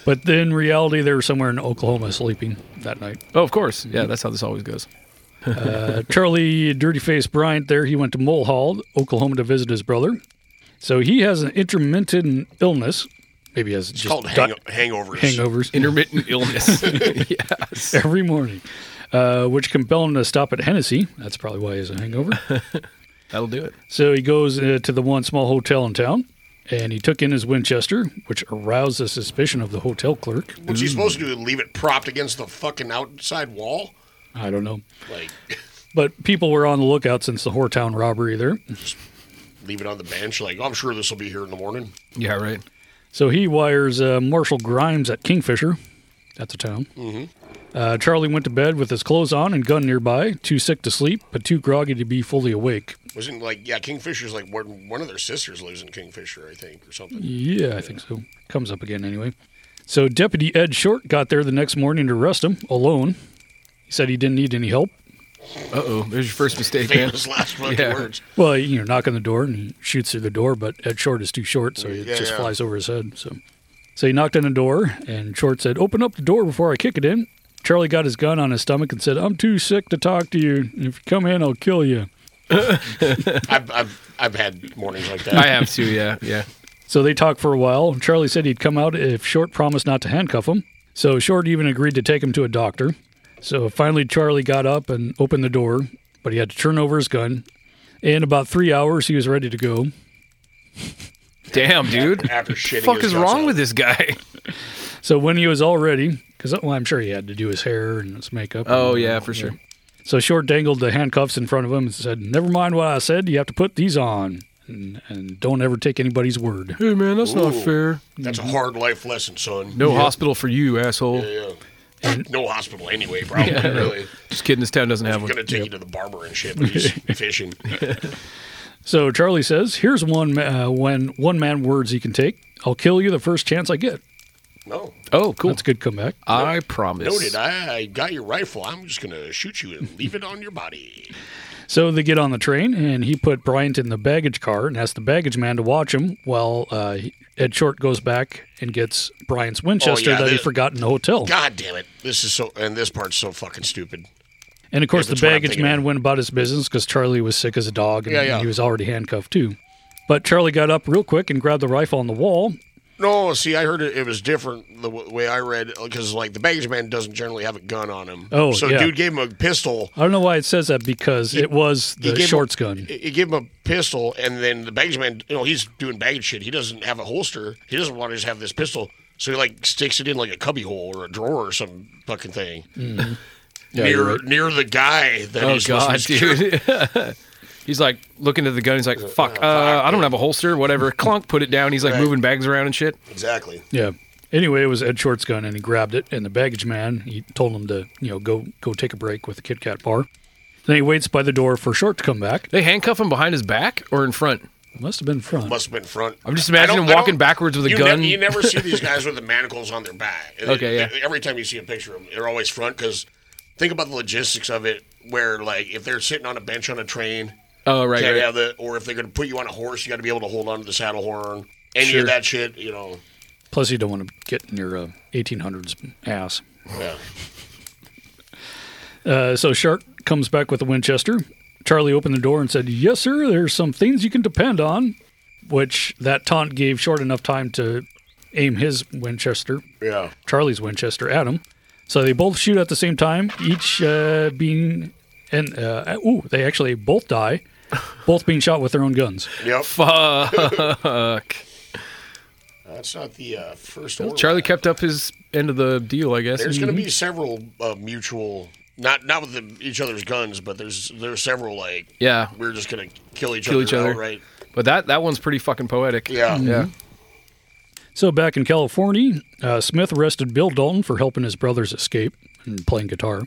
But in reality, they were somewhere in Oklahoma sleeping that night.
Oh, of course. Yeah, that's how this always goes.
uh, Charlie Dirty Face Bryant there, he went to Mole Hall, Oklahoma to visit his brother. So he has an intermittent illness. Maybe he has
It's
just
called
di-
hang- hangovers.
hangovers.
Intermittent illness. yes.
Every morning, uh, which compelled him to stop at Hennessy. That's probably why he has a hangover.
That'll do it.
so he goes uh, to the one small hotel in town and he took in his Winchester, which aroused the suspicion of the hotel clerk.
What's he supposed
Mm.
to do? Leave it propped against the fucking outside wall?
I don't know.
Like,
But people were on the lookout since the Hortown robbery there.
leave it on the bench? Like, "Oh, I'm sure this will be here in the morning.
Yeah, right.
So he wires uh, Marshall Grimes at Kingfisher, That's a town.
Mhm.
Uh, Charlie went to bed with his clothes on and gun nearby, too sick to sleep, but too groggy to be fully awake.
Wasn't like yeah, Kingfisher's like one one of their sisters lives in Kingfisher, I think, or something.
Yeah, I think so. Comes up again anyway. So Deputy Ed Short got there the next morning to arrest him alone. He said he didn't need any help.
Uh oh, there's your first mistake. man.
Famous last fucking
Yeah.
words.
Well, you know, knock on the door and he shoots through the door, but Ed Short is too short, so it
Yeah,
just
yeah.
flies over his head. So, so he knocked on the door, and Short said, "Open up the door before I kick it in." Charlie got his gun on his stomach and said, "I'm too sick to talk to you. If you come in, I'll kill you."
I've, I've I've had mornings like that.
I have too. Yeah, yeah.
So they talked for a while. Charlie said he'd come out if Short promised not to handcuff him. So Short even agreed to take him to a doctor. So finally, Charlie got up and opened the door, but he had to turn over his gun. In about three hours, he was ready to go.
Damn, dude.
After
What the
shitting
fuck
his
is
guts
wrong
out.
with this guy?
So when he was all ready, because well, I'm sure he had to do his hair and his makeup. and
Oh,
all
yeah,
that,
for sure.
So Short dangled the handcuffs in front of him and said, "Never mind what I said. You have to put these on, and, and don't ever take anybody's word."
Hey man, that's not
Ooh.
fair.
That's a hard life lesson, son.
No hospital for you, asshole.
Yeah, yeah. No hospital anyway, probably.
Yeah.
Really,
Just kidding. This town doesn't have
I'm
one.
gonna take you to the barber and shit. But he's fishing.
So Charlie says, "Here's one ma- uh, when one man words he can take. I'll kill you the first chance I get."
No,
Oh, cool.
That's a good comeback.
I promise.
noted. I, I got your rifle. I'm just gonna shoot you and leave it on your body.
So they get on the train, and he put Bryant in the baggage car and asked the baggage man to watch him while uh, he- Ed Short goes back and gets
Oh,
Bryant's Winchester
yeah,
that he
the-
forgot in the hotel.
God damn it! This is so, and this part's so fucking stupid.
And of course, the
Yeah, that's what I'm
baggage
thinking
man went about his business because Charlie was sick as a dog and
Yeah, yeah.
he was already handcuffed too. But Charlie got up real quick and grabbed the rifle on the wall.
No, see, I heard it, it was different the w- way I read because like the baggage man doesn't generally have a gun on him.
Oh,
so
yeah.
dude gave him a pistol.
I don't know why it says that because it was
he
the
gave him-
shorts gun.
He gave him a pistol, and then the baggage man, you know, he's doing baggage shit. He doesn't have a holster. He doesn't want to just have this pistol, so he like sticks it in like a cubbyhole or a drawer or some fucking thing
Yeah,
near
you're right.
near the guy that
oh
he's
god,
supposed to secure.
dude. he's like looking at the gun. He's like, "Fuck, uh, I don't have a holster. Whatever." Clunk, put it down. He's like moving bags around and shit.
Exactly.
Yeah. Anyway, it was Ed Short's gun, and he grabbed it. And the baggage man, he told him to, you know, go go take a break with the Kit Kat bar. Then he waits by the door for Short to come back.
They handcuff him behind his back or in front.
Must have been front.
Must have been front.
I'm just
I don't-
imagining him
I don't-
walking backwards with a
you
gun.
ne- you never see these guys with the manacles on their back. And
Okay,
it- Every time you see a picture of them, they're always front because think about the logistics of it. Where like if they're sitting on a bench on a train,
Oh, right,
can't
right.
have the, or if they're going to put you on a horse, you got to be able to hold on to the saddle horn. Any
Sure.
of that shit, you know.
Plus, you don't want to get in your uh, 1800s ass.
Yeah.
Uh, so Short comes back with a Winchester. Charlie opened the door and said, "Yes, sir. There's some things you can depend on," which that taunt gave Short enough time to aim his Winchester,
Yeah.
Charlie's Winchester, at him. So they both shoot at the same time, each uh, being and uh, ooh, they actually both die, both being shot with their own guns.
Yep.
Fuck.
That's not the uh, first
Well,
order.
Charlie kept up his end of the deal, I guess.
There's going
Mhm.
to be several uh, mutual, not not with the, each other's guns, but there's there's several like
Yeah.
we're just going to kill each
kill
other
each other,
outright.
But that that one's pretty fucking poetic.
Yeah.
yeah.
So back in California, uh, Smith arrested Bill Dalton for helping his brothers escape and playing guitar.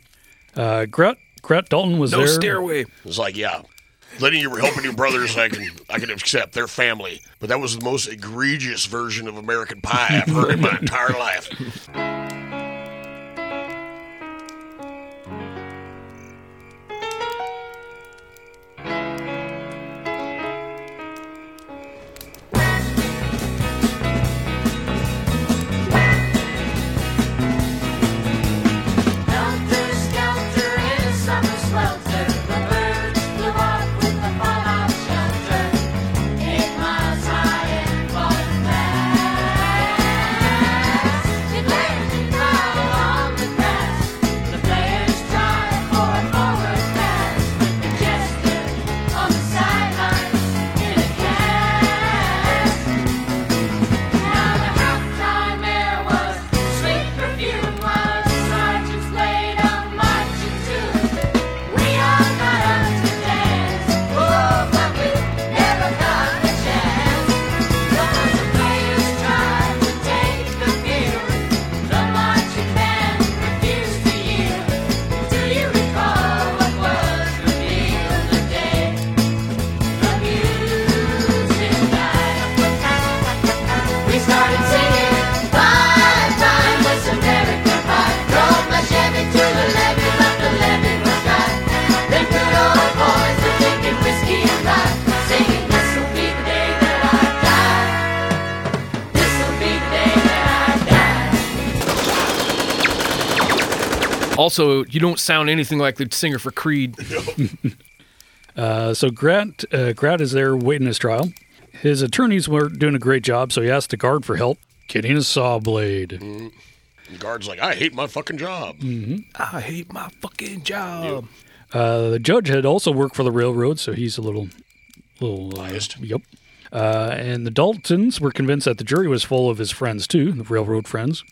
Uh, Gret, Gret Dalton was
No
there.
stairway.
It's like, yeah, letting you were helping your brothers, I can I can accept their family, but that was the most egregious version of American Pie I've heard in my entire life.
Helter skelter in a summer swelter. The birds flew off with the fallout shelter. Eight miles high and falling fast. Declare, declare.
Also, you don't sound anything like the singer for Creed.
Uh, so Grant, uh, Grant is there waiting his trial. His attorneys weren't doing a great job, so he asked the guard for help getting a saw blade.
The guard's like, I hate my fucking job.
Mm.
Mhm.
I hate my fucking job.
Uh, the judge had also worked for the railroad, so he's a little, little biased. yep. Uh, and the Daltons were convinced that the jury was full of his friends too, the railroad friends.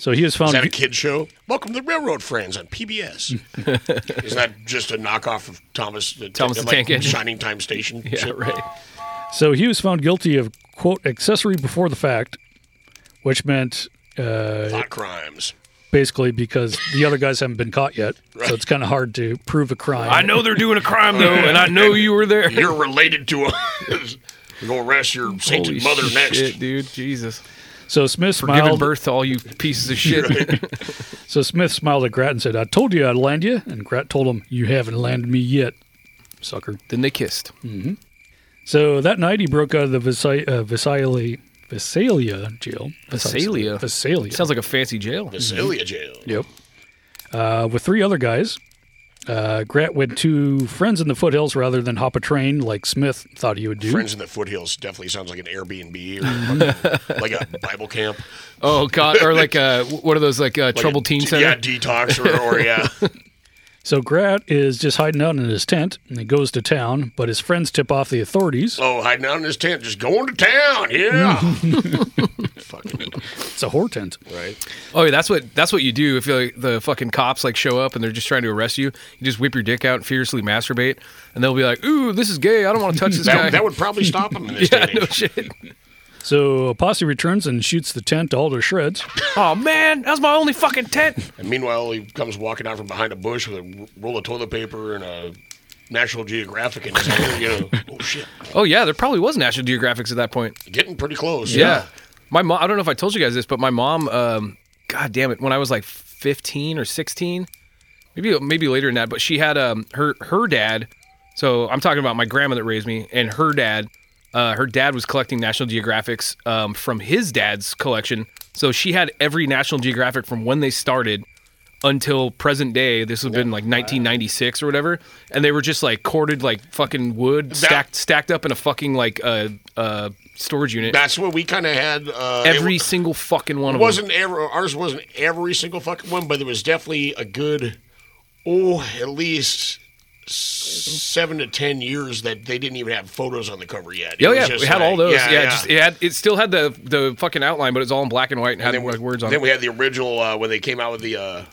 So he was found.
Is that a kid show? Welcome to Railroad Friends on PBS. Isn't that just a knockoff of Thomas the,
Thomas the
like,
Tank Engine.
Shining Time Station?
Yeah, right.
So he was found guilty of quote accessory before the fact, which meant uh,
Plot crimes.
basically because the other guys haven't been caught yet, so it's kind of hard to prove a crime.
I know they're doing a crime though, and I know you were there.
You're related to us. We're going to arrest your sainted
Holy
mother next.
shit, dude. Jesus.
So Smith
For giving
smiled.
birth to all you pieces of shit.
So Smith smiled at Grat and said, "I told you I'd land you," and Grat told him, "You haven't landed me yet, sucker."
Then they kissed.
hmm So that night, he broke out of the Visi- uh, Visalia, Visalia jail.
Visalia.
Visalia.
Sounds like a fancy jail.
Visalia
jail.
Yep. Uh, with three other guys, uh, Grat went to friends in the foothills rather than hop a train like Smith thought he would do.
Friends in the foothills definitely sounds like an Airbnb or a fucking- like a Bible camp.
Oh god, or like uh, what are those like uh, troubled teen center?
Yeah, detox or, or yeah.
So Grat is just hiding out in his tent, and he goes to town. But his friends tip off the authorities.
Oh, hiding out in his tent, just going to town. Yeah. Fucking.
It's a whore tent.
Right.
Oh yeah, that's what that's what you do if like, the fucking cops like show up and they're just trying to arrest you. You just whip your dick out and furiously masturbate, and they'll be like, "Ooh, this is gay. I don't want to touch this guy."
That, that would probably stop him in this
yeah,
day.
no shit.
So a posse returns and shoots the tent all to shreds.
Oh man, that was my only fucking tent.
And meanwhile, he comes walking out from behind a bush with a r- roll of toilet paper and a National Geographic in his hand. You know, oh shit,
Oh yeah, there probably was National Geographics at that point.
getting pretty close.
Yeah. My mom, I don't know if I told you guys this, but my mom, um, God damn it, when I was like 15 or 16, maybe maybe later than that, but she had um, her, her dad. So I'm talking about my grandma that raised me and her dad. Uh, her dad was collecting National Geographics um, from his dad's collection. So she had every National Geographic from when they started until present day. This has been like 1996 or whatever, and they were just like corded like fucking wood, stacked stacked up in a fucking like uh, uh, storage unit.
That's what we kind of had. Uh, it
every
wa-
single fucking one
it
of
wasn't ever ours wasn't every single fucking one, but there was definitely a good, oh, at least s- seven to ten years that they didn't even have photos on the cover yet.
them. Oh
It
yeah,
was
we
just
had all
like-
those. Yeah, Just, it had it still had the the fucking outline, but it's all in black and white and, had like words on
then
it.
we had the original uh, when they came out with the. Uh,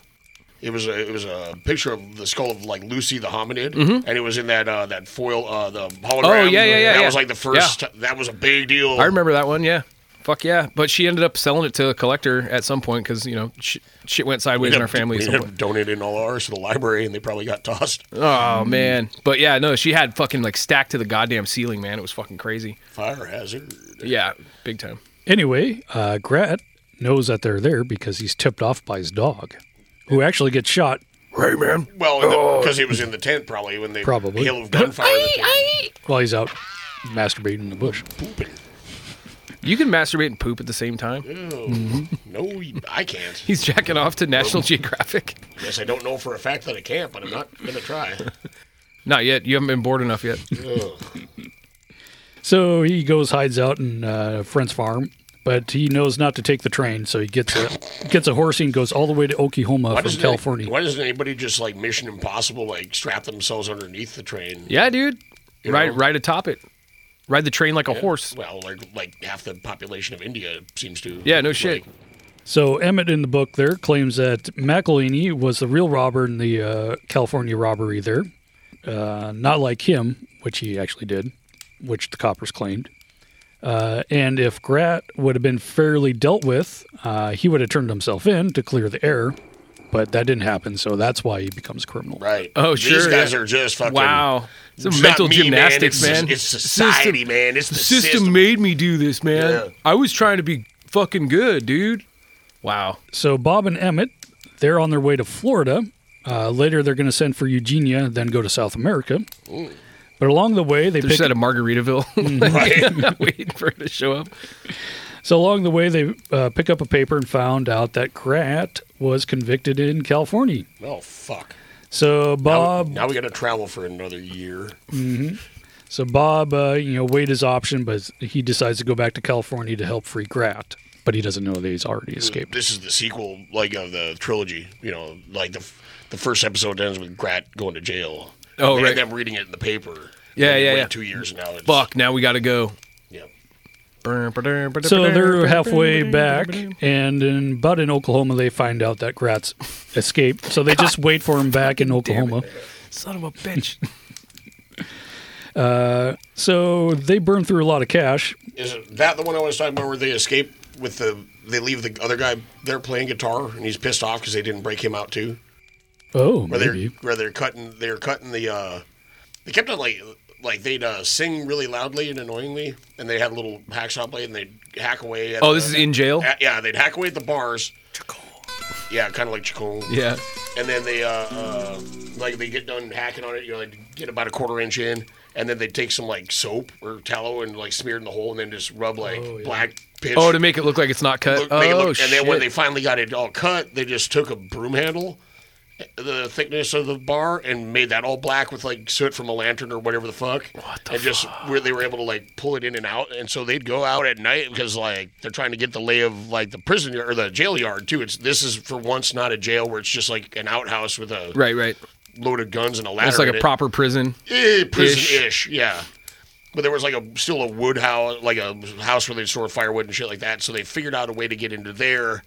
it was a it was a picture of the skull of like Lucy the hominid,
Mhm.
and it was in that uh, that foil uh, the hologram.
Oh, yeah, yeah, yeah,
That
yeah.
was like the first.
Yeah.
That was a big deal.
I remember that one. Yeah, fuck yeah. But she ended up selling it to a collector at some point because you know sh- shit went sideways in our family.
We
At some
ended
point.
up donating all ours to the library, and they probably got tossed.
Oh man, but yeah, no, she had fucking like stacked to the goddamn ceiling, man. It was fucking crazy.
Fire hazard.
Yeah, big time.
Anyway, uh, Grat knows that they're there because he's tipped off by his dog, who actually gets shot.
Hey man.
Oh.
Well, because he was in the tent probably when they
Probably.
hail of gunfire.
While he's out masturbating in the bush.
You can masturbate and poop at the same time.
Ew. no, you- I can't.
He's jacking off to National Geographic.
Yes, I don't know for a fact that I can't, but I'm not gonna try.
Not yet. You haven't been bored enough yet.
Ugh.
So he goes, hides out in uh, Friend's farm, but he knows not to take the train, so he gets a gets a horsey and goes all the way to Oklahoma
Why
from
doesn't
California.
Any, why doesn't anybody just like Mission Impossible, like strap themselves underneath the train?
Yeah, dude.
You
ride
know?
ride atop it. Ride the train like a
Yeah.
horse.
Well, like like half the population of India seems to.
Yeah, no shit.
So Emmett in the book there claims that McElhaney was the real robber in the uh, California robbery there, uh, not like him, which he actually did, which the coppers claimed. Uh, and if Grat would have been fairly dealt with, uh, he would have turned himself in to clear the air, but that didn't happen. So that's why he becomes a criminal.
Right.
Oh,
These
sure,
guys
yeah.
are just fucking.
Wow. It's a
not
mental
me,
gymnastics,
man. It's,
man.
It's
The
society,
system-
man. It's the,
the system, made me do this, man.
Yeah.
I was trying to be fucking good, dude. Wow.
So Bob and Emmett, they're on their way to Florida. Uh, later, they're going to send for Eugenia, then go to South America. But along the way, they
They're
pick Mhm.
just out of Margaritaville,
Right.
waiting for it to show up.
So along the way, they uh, pick up a paper and found out that Kratt was convicted in California.
Oh fuck!
So Bob,
Now we got to travel for another year.
Mhm. so Bob, uh, you know, weighed his option, but he decides to go back to California to help free Kratt. But he doesn't know that he's already escaped.
This is the sequel, like of the trilogy. You know, like the f- the first episode ends with Grat going to jail.
Oh,
and
right.
Them reading it in the paper.
Yeah,
And they
yeah,
wait
yeah.
Two years now. It's,
Fuck, now we got to go. Yep.
So they're halfway back, and in, but in Oklahoma, they find out that Kratz escaped. So they just wait for him back in Oklahoma.
Son of a bitch.
Uh, so they burn through a lot of cash.
Is it that the one I was talking about where they escape with the they leave the other guy there playing guitar and he's pissed off because they didn't break him out too.
Oh,
where they're
maybe.
where they're cutting they're cutting the uh they kept on like like they'd uh, sing really loudly and annoyingly and they had a little hacksaw blade and they'd hack away. At
Oh,
the-
this is in jail?
at- yeah, they'd hack away at the bars. Yeah, kind of like Chacon.
Yeah.
And then they, uh, uh, like, they get done hacking on it. You know, they get about a quarter inch in, and then they take some like soap or tallow and like smear it in the hole, and then just rub like black pitch.
Oh, to make it look like it's not cut.
Look-
oh,
make it look-
shit.
and then when they finally got it all cut, they just took a broom handle, the thickness of the bar, and made that all black with like soot from a lantern or whatever the fuck. What the and just where they were able to like pull it in and out, and so they'd go out at night because like they're trying to get the lay of like the prison y- or the jail yard too. It's this is for once not a jail where it's just like an outhouse with a
Right, right.
load of guns and a ladder.
It's like
in
a
it.
proper prison.
Eh, prison-ish, yeah. But there was like a still a wood house, like a house where they store firewood and shit like that. So they figured out a way to get into there,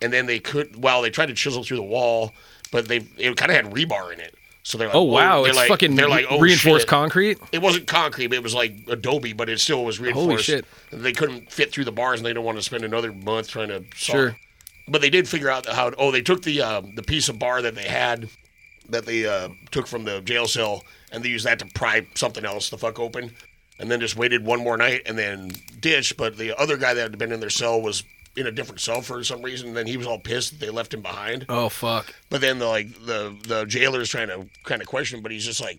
and then they could. Well, they tried to chisel through the wall, but they it kind of had rebar in it. So they're like,
Oh, wow,
they're
it's
like-
fucking
they're like, oh,
reinforced
shit."
concrete?
It wasn't concrete, but it was like adobe, but it still was reinforced.
shit.
They couldn't fit through the bars, and they didn't want to spend another month trying to solve.
Sure.
But they did figure out how. Oh, they took the um, the piece of bar that they had that they uh, took from the jail cell, and they used that to pry something else the fuck open, and then just waited one more night and then ditched. But the other guy that had been in their cell was in a different cell for some reason, and then he was all pissed that they left him behind.
Oh, fuck.
But then the like the the jailer's trying to kind of question, him, but he's just like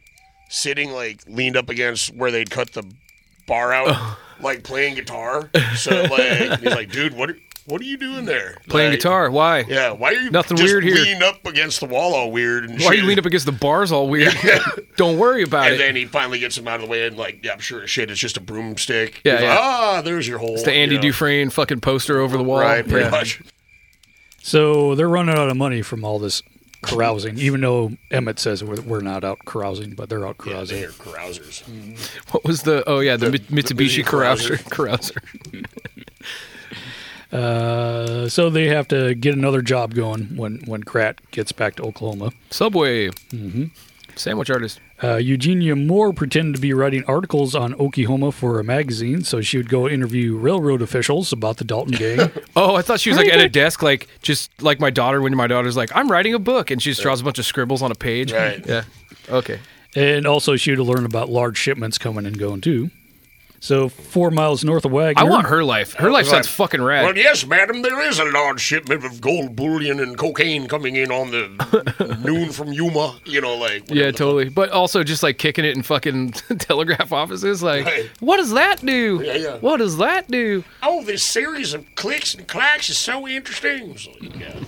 sitting like leaned up against where they'd cut the bar out,
Oh.
like playing guitar. So like he's like, dude, what are, what are you doing there?
Playing
Like,
guitar. Why?
Yeah, why are you
Nothing
just
weird here.
Lean up against the wall, all weird and
Why
shit.
you lean up against the bars all weird? Don't worry about
and
it.
then he finally gets him out of the way and like, yeah, I'm sure as shit, it's just a broomstick.
Yeah,
He's like,
yeah.
ah, there's your hole.
it's the Andy
you know.
Dufresne fucking poster over the wall.
Right, pretty
Yeah.
much.
So they're running out of money from all this carousing, even though Emmett says we're, we're not out carousing, but they're out carousing.
They're carousers.
What was the? Oh yeah, the, Mi-
Mitsubishi
Mitsubishi Carouser. Carouser.
Uh, so they have to get another job going when when Kratt gets back to Oklahoma.
Subway.
Mm-hmm.
Sandwich artist.
Uh, Eugenia Moore pretended to be writing articles on Oklahoma for a magazine, so she would go interview railroad officials about the Dalton gang.
Oh, I thought she was like at a desk, like just like my daughter. When my daughter's like, "I'm writing a book," and she just draws a bunch of scribbles on a page.
Right.
Yeah. Okay.
and also, she would learn about large shipments coming and going too. So four miles north of Wagner,
I want her life. Her life sounds fucking rad.
Well, yes, madam, there is a large shipment of gold bullion and cocaine coming in on the noon from Yuma. You know, like
yeah, totally. But also just like kicking it in fucking telegraph offices. Like, what does that do?
Yeah, yeah.
What does that do?
oh, this series of clicks and clacks is so interesting. It's like, yeah.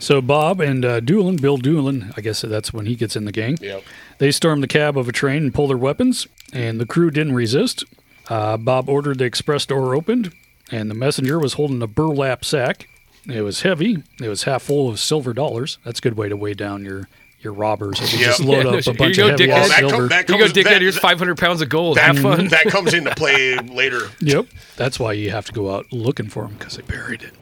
So Bob and uh, Doolin, Bill Doolin, I guess that's when he gets in the gang. They storm the cab of a train and pull their weapons, and the crew didn't resist. Uh, Bob ordered the express door opened, and the messenger was holding a burlap sack. It was heavy. It was half full of silver dollars. That's a good way to weigh down your your robbers. If you just
Yeah.
load
Yeah, no
up a
shit.
bunch
Here
of
you go,
heavy ass
dickhead. That come-
silver.
that Here you go, comes- dickhead. that- Here's 500 pounds of gold.
That,
Have fun.
that comes into play later.
Yep. That's why you have to go out looking for them because they buried it.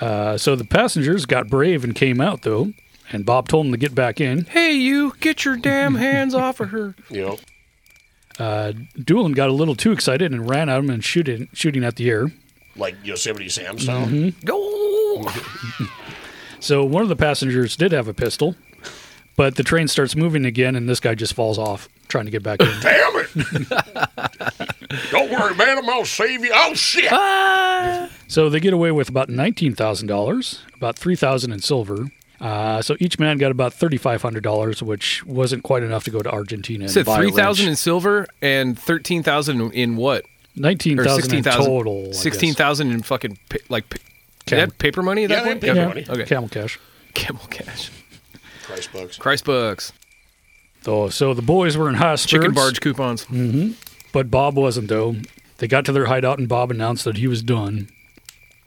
Uh, so the passengers got brave and came out though, and Bob told them to get back in.
Hey, you, get your damn hands off of her.
Yep.
Uh, Doolin got a little too excited and ran at him and shooting shooting at the air.
Like Yosemite Sam style.
Mhm.
Go.
So one of the passengers did have a pistol, but the train starts moving again, and this guy just falls off trying to get back in.
Damn it! Don't worry, madam, I'll save you. Oh shit!
So they get away with about nineteen thousand dollars, about three thousand in silver. Uh, so each man got about thirty five hundred dollars, which wasn't quite enough to go to Argentina.
You
and
said
buy a
three thousand
wrench.
in silver and thirteen thousand in what? Or
19,000 in
16,000
total. I guess.
16,000 in fucking, pa- like, pa-
Cam-
they had paper money at that
Yeah, they had
point?
paper
Okay.
money.
Okay.
Camel cash.
Camel cash.
Price bucks.
Christ bucks.
Oh, so the boys were in high spirits.
Chicken barge coupons.
hmm But Bob wasn't though. They got to their hideout and Bob announced that he was done.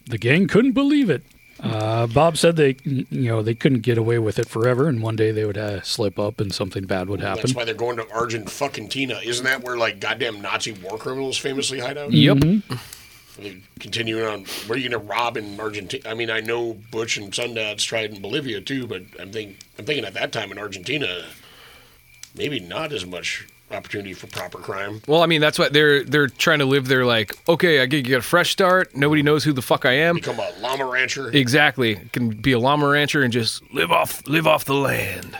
The gang couldn't believe it. Uh, Bob said they, you know, they couldn't get away with it forever, and one day they would uh, slip up and something bad would happen.
That's why they're going to Argent fucking Tina. Isn't that where like goddamn Nazi war criminals famously hide out?
Mhm.
They- Continuing on, where are you gonna rob in Argentina? I mean, I know Bush and Sundance tried in Bolivia too, but I'm think I'm thinking at that time in Argentina, maybe not as much opportunity for proper crime.
Well, I mean, that's what they're they're trying to live. They're like, okay, I get, get a fresh start. Nobody knows who the fuck I am.
Become a llama rancher.
Exactly. Can be a llama rancher and just live off live off the land.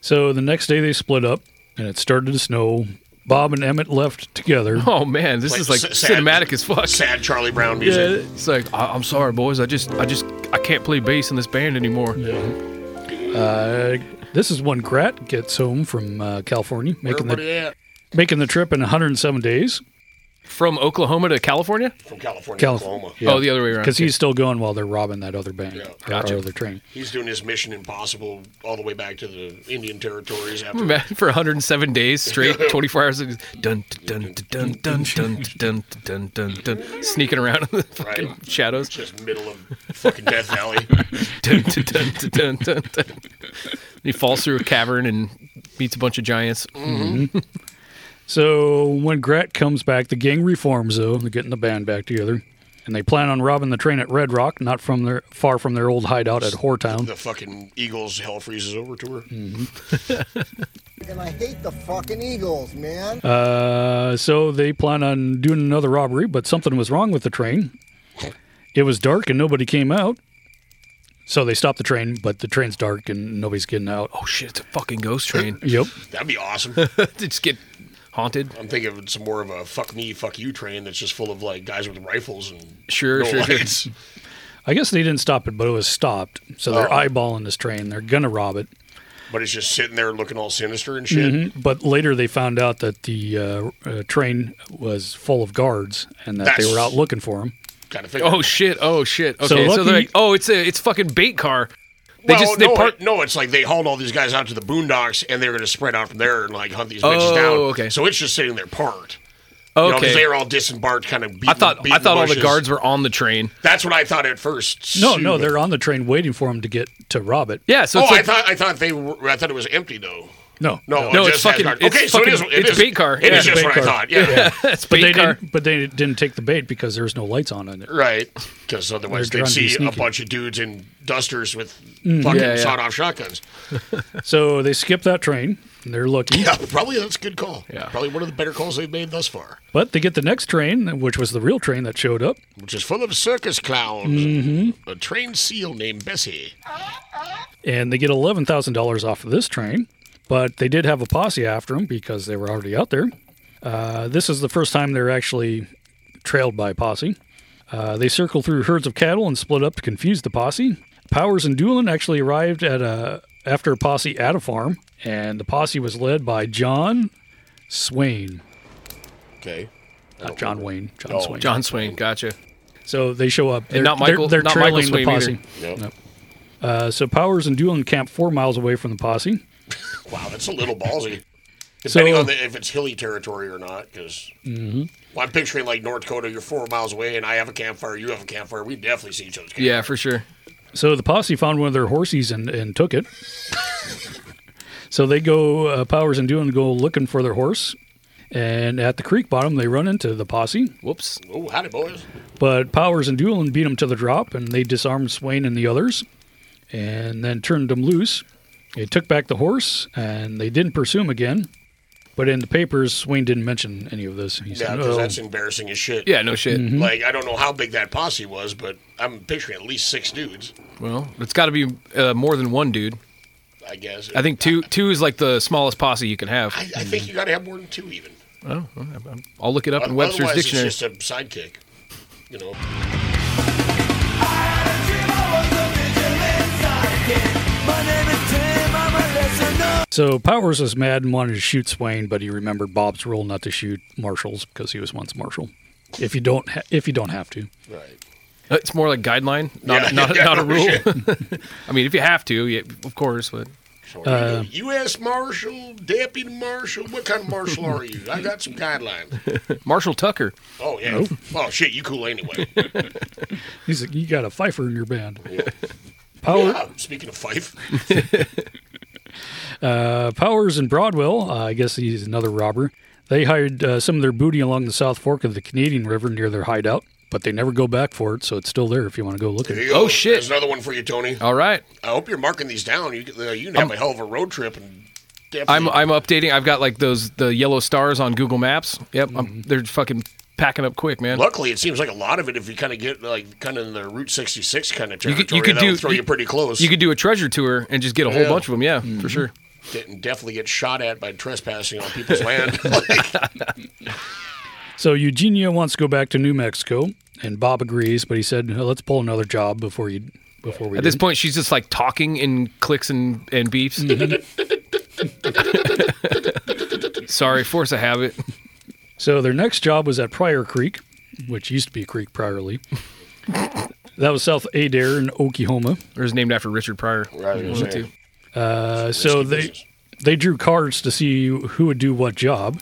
So the next day they split up, and it started to snow. Bob and Emmett left together.
Oh man, this
Like,
is like
s- sad-
cinematic as fuck.
Sad Charlie Brown
music.
Yeah, it's like I- I'm sorry, boys. I just I just I can't play bass in this band anymore.
Uh, this is when Grat gets home from uh, California, making
everybody
the
at?
making the trip in 107 days.
From Oklahoma to California.
From California,
Calif-
Oh, the other way around.
Because
Okay.
he's still going while they're robbing that other bank or
Gotcha.
or other train.
He's doing his Mission Impossible all the way back to the Indian territories. After
Man, for 107 days straight, 24 hours. Dun dun dun dun dun dun dun dun dun dun, sneaking around in the fucking shadows.
Just middle of fucking Death Valley.
dun, dun, dun, dun, dun, dun. He falls through a cavern and meets a bunch of giants.
Mhm. So when Grat comes back, the gang reforms though. They're getting the band back together, and they plan on robbing the train at Red Rock, not from their far from their old hideout at Hortown.
the fucking Eagles Hell Freezes Over tour.
Mm.
And I hate the fucking Eagles, man.
Uh, so they plan on doing another robbery, but something was wrong with the train. It was dark and nobody came out. So they stopped the train, but the train's dark and nobody's getting out.
Oh shit! It's a fucking ghost train.
yep.
That'd be awesome.
just get haunted.
I'm thinking it's more of a fuck me, fuck you train that's just full of like guys with rifles and
Sure,
no
sure, sure.
lights.
I guess they didn't stop it, but it was stopped. So they're
Oh.
eyeballing this train. They're gonna rob it.
But it's just sitting there looking all sinister and shit.
Mm-hmm.
Mhm. But later they found out that the uh, uh, train was full of guards and that they
That's-
were out looking for him.
Kind of thing.
Oh shit! Oh shit!
So
Okay, so, they're
lucky-
like, oh, it's a it's fucking bait car. They
well,
just they
no,
park.
it- no, it's like they hauled all these guys out to the boondocks and they're going to spread out from there and like hunt these bitches
Oh,
down.
okay.
So it's just sitting there parked.
Okay.
Because they were all disembarked, kind of beating,
I thought
beating
I thought all the
bushes.
guards were on the train.
That's what I thought at first.
No,
Shoot.
no, they're on the train waiting for him to get to rob it.
Yeah,
oh, I thought I thought they were, I thought it was empty though.
No,
No,
No,
it
it's
just has
fucking-
guards.
it's
okay, so it is.
fucking-
it
it's
is-
bait car.
It
Yeah.
is just
Bait
what
car.
I thought. Yeah,
but they didn't. But they didn't take the bait because there was no lights on in it.
Right, because otherwise
They're
they'd
trying to be
see a
sneaky.
bunch of dudes in dusters with
Mm.
fucking
Yeah, yeah.
sawed-off shotguns.
So they skipped that train and they're looking.
Yeah, probably that's a good call. Yeah. probably one of the better calls they've made thus far,
But they get the next train, which was the real train that showed up.
which is full of circus clowns.
hmm
A trained seal named Bessie.
And they get eleven thousand dollars off of this train. But they did have a posse after them because they were already out there. Uh, this is the first time they're actually trailed by posse. Uh, they circle through herds of cattle and split up to confuse the posse. Powers and Doolin actually arrived at a after a posse at a farm, and the posse was led by John Swain.
Okay.
Not John Wayne. John
Oh,
Swain.
John Swain. Gotcha.
So they show up.
And not Michael-
They're, they're
not
trailing
Michael
the posse.
Swain
either. Yep.
Nope. Uh, so Powers and Doolin camp four miles away from the posse.
Wow, that's a little ballsy.
So-
Depending on the, if it's hilly territory or not, because
Mm-hmm.
I'm picturing like North Dakota, you're four miles away, and I have a campfire, you have a campfire. We definitely see each other's campfire.
Yeah, for sure.
So the posse found one of their horses and, and took it. so they go, uh, Powers and Doolin go looking for their horse. And at the creek bottom, they run into the posse.
Whoops.
Oh, howdy, boys.
But Powers and Doolin beat them to the drop, and they disarmed Swain and the others, and then turned them loose. They took back the horse, and they didn't pursue him again. But in the papers, Swain didn't mention any of this. He
Yeah,
said,
because
"Oh."
that's embarrassing as shit.
Yeah, no shit. Mhm.
Like I don't know how big that posse was, but I'm picturing at least six dudes.
Well, it's got to be uh, more than one dude.
I guess.
I think two two is like the smallest posse you can have.
I, I think you got to have more than two, even.
Oh, well, I'm- I'm- I'll look it up in
Oth-
Webster's
Otherwise,
dictionary.
It's just a sidekick. You know.
My name is Tim, I'm a listener.
So Powers was mad and wanted to shoot Swain, but he remembered Bob's rule not to shoot marshals because he was once marshal. If you don't, ha- if you don't have to,
Right.
Uh, It's more like guideline, not
Yeah,
not,
yeah,
not a
no
rule.
shit.
I mean, if you have to, yeah, of course. But
Uh,
U.S. Marshal, Deputy Marshal, what kind of marshal are you? I got some guidelines.
Marshall Tucker.
Oh yeah.
Nope.
Oh shit, you cool anyway.
he's like, you got a fifer in your band. Power.
yeah, speaking of Fife,
Uh, Powers and Broadwell, uh, I guess he's another robber. They hired uh, some of their booty along the South Fork of the Canadian River near their hideout, but they never go back for it, so it's still there if you want to go look at
There
it.
you
Oh,
go. There's another one for you, Tony.
All right.
I hope you're marking these down. You, uh, you can have
Oh. I'm-
a hell of a road trip. And
I'm I'm updating. I've got like those the yellow stars on Google Maps. Yep,
Mm-hmm.
I'm, they're fucking packing up quick, man.
luckily, it seems like a lot of it. If you kind of get like kind of in the Route 66 kind of
You
territory,
could, you could
that'll
do
throw you pretty close.
You could do a treasure tour and just get a whole
Yeah.
bunch of them. Yeah, for
Mhm.
sure.
Get- definitely get shot at by trespassing on people's land.
So Eugenia wants to go back to New Mexico, and Bob agrees, but he said, "Uh, "Let's pull another job before you before we."
At this
did."
point, she's just like talking in clicks and and beeps. Sorry, force of habit.
So their next job was at Prior Creek, which used to be Creek Priorly. that was South Adair in Oklahoma.
Or is named after Richard Pryor.
Right,
was gonna say. Uh, so they they drew cards to see who would do what job.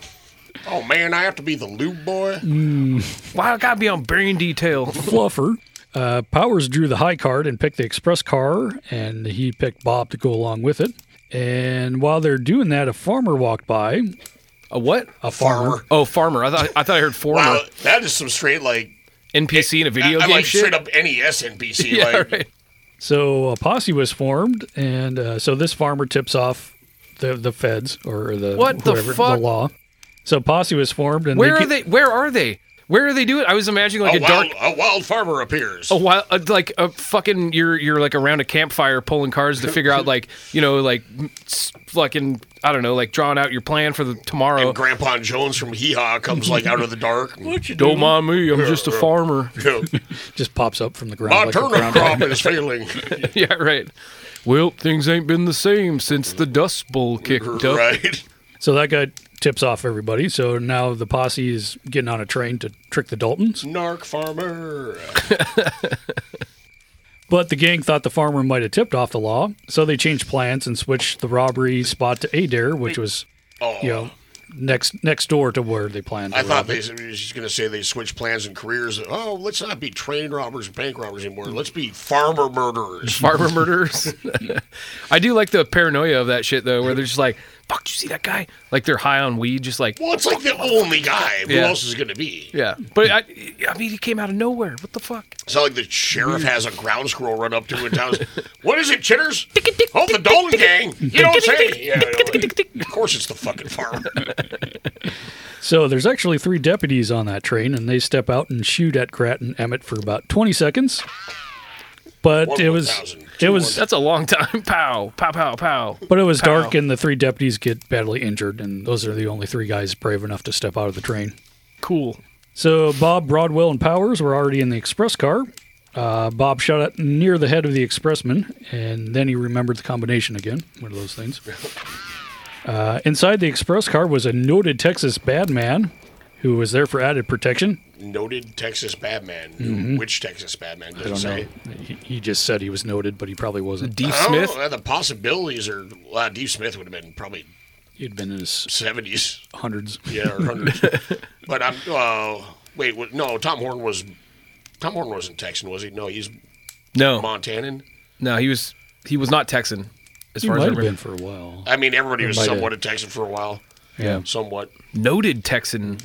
oh man, I have to be the lube boy.
Mm-hmm. Why I gotta be on bearing detail?
Fluffer. Uh, Powers drew the high card and picked the express car, and he picked Bob to go along with it. And while they're doing that, a farmer walked by.
A what?
A farmer.
Oh, farmer. I thought I thought I heard former.
Wow, that is some straight like
NPC in a video
I, I
game
like
shit.
straight up NES NPC.
Yeah,
like,
So a posse was formed, and uh, so this farmer tips off the the feds or the
What the
whoever,
fuck?
law. So posse was formed, and
Where
they
are they? Where are they? Where are they doing? I was imagining like
a,
a,
wild,
dark,
a wild farmer appears.
a wild, uh, like a fucking. You're you're like around a campfire pulling cards to figure out like you know like m- s- fucking I don't know like drawing out your plan for the tomorrow.
And Grandpa Jones from Hee Haw comes like out of the dark. What
you
Don't mind me, I'm just a farmer.
just pops up from the ground.
My
like a
turnip
ground
crop
hog.
is failing.
yeah, right. Well, things ain't been the same since the Dust Bowl kicked up.
Right.
So that guy tips off everybody. So now the posse is getting on a train to trick the Daltons.
Narc farmer.
But the gang thought the farmer might have tipped off the law, so they changed plans and switched the robbery spot to Adair, which was, you know, next next door to where they planned. To
Oh. I thought
rob
they
it.
she's going to say they switched plans and careers. Oh, let's not be train robbers and bank robbers anymore. Let's be farmer murderers.
Farmer murderers. I do like the paranoia of that shit though, where they're just like, "Fuck, you see that guy?" Like they're high on weed, just like.
Well, it's like the only guy. Who
Yeah.
else is going to be?
Yeah, but I, I mean, he came out of nowhere. What the fuck?
It's not like the sheriff has a ground squirrel run up to him and tells, "What is it, Chitters? Oh, the Dolan gang. You don't say. Yeah, you know, like, of course, it's the fucking farmer.
So there's actually three deputies on that train, and they step out and shoot at Grat and Emmett for about 20 seconds. But
One
it was
1,000,
it was
That's a long time. Pow, pow, pow, pow.
but it was
pow.
dark, and the three deputies get badly injured, and those are the only three guys brave enough to step out of the train.
Cool.
So Bob, Broadwell, and Powers were already in the express car. Uh, Bob shot at near the head of the expressman, and then he remembered the combination again. One of those things. Uh, inside the express car was a noted Texas bad man who was there for added protection.
Noted Texas Badman.
Mhm.
Which Texas Badman?
I
Doesn't
don't
say.
know. He, he just said he was noted, but he probably wasn't.
I don't know, man, the possibilities are. Well, Dave Smith would have been probably.
He'd been in his
seventies,
hundreds.
Yeah, or hundreds. but I'm. Uh, wait, what, no. Tom Horn was. Tom Horn wasn't Texan, was he? No, he's
Oh.
No,
Montanan.
no, he was he was not Texan. As
He
far as I
might have
remember.
been for a while.
I mean, everybody
He
was
might have.
somewhat a Texan for a while.
Yeah.
somewhat.
Noted Texan.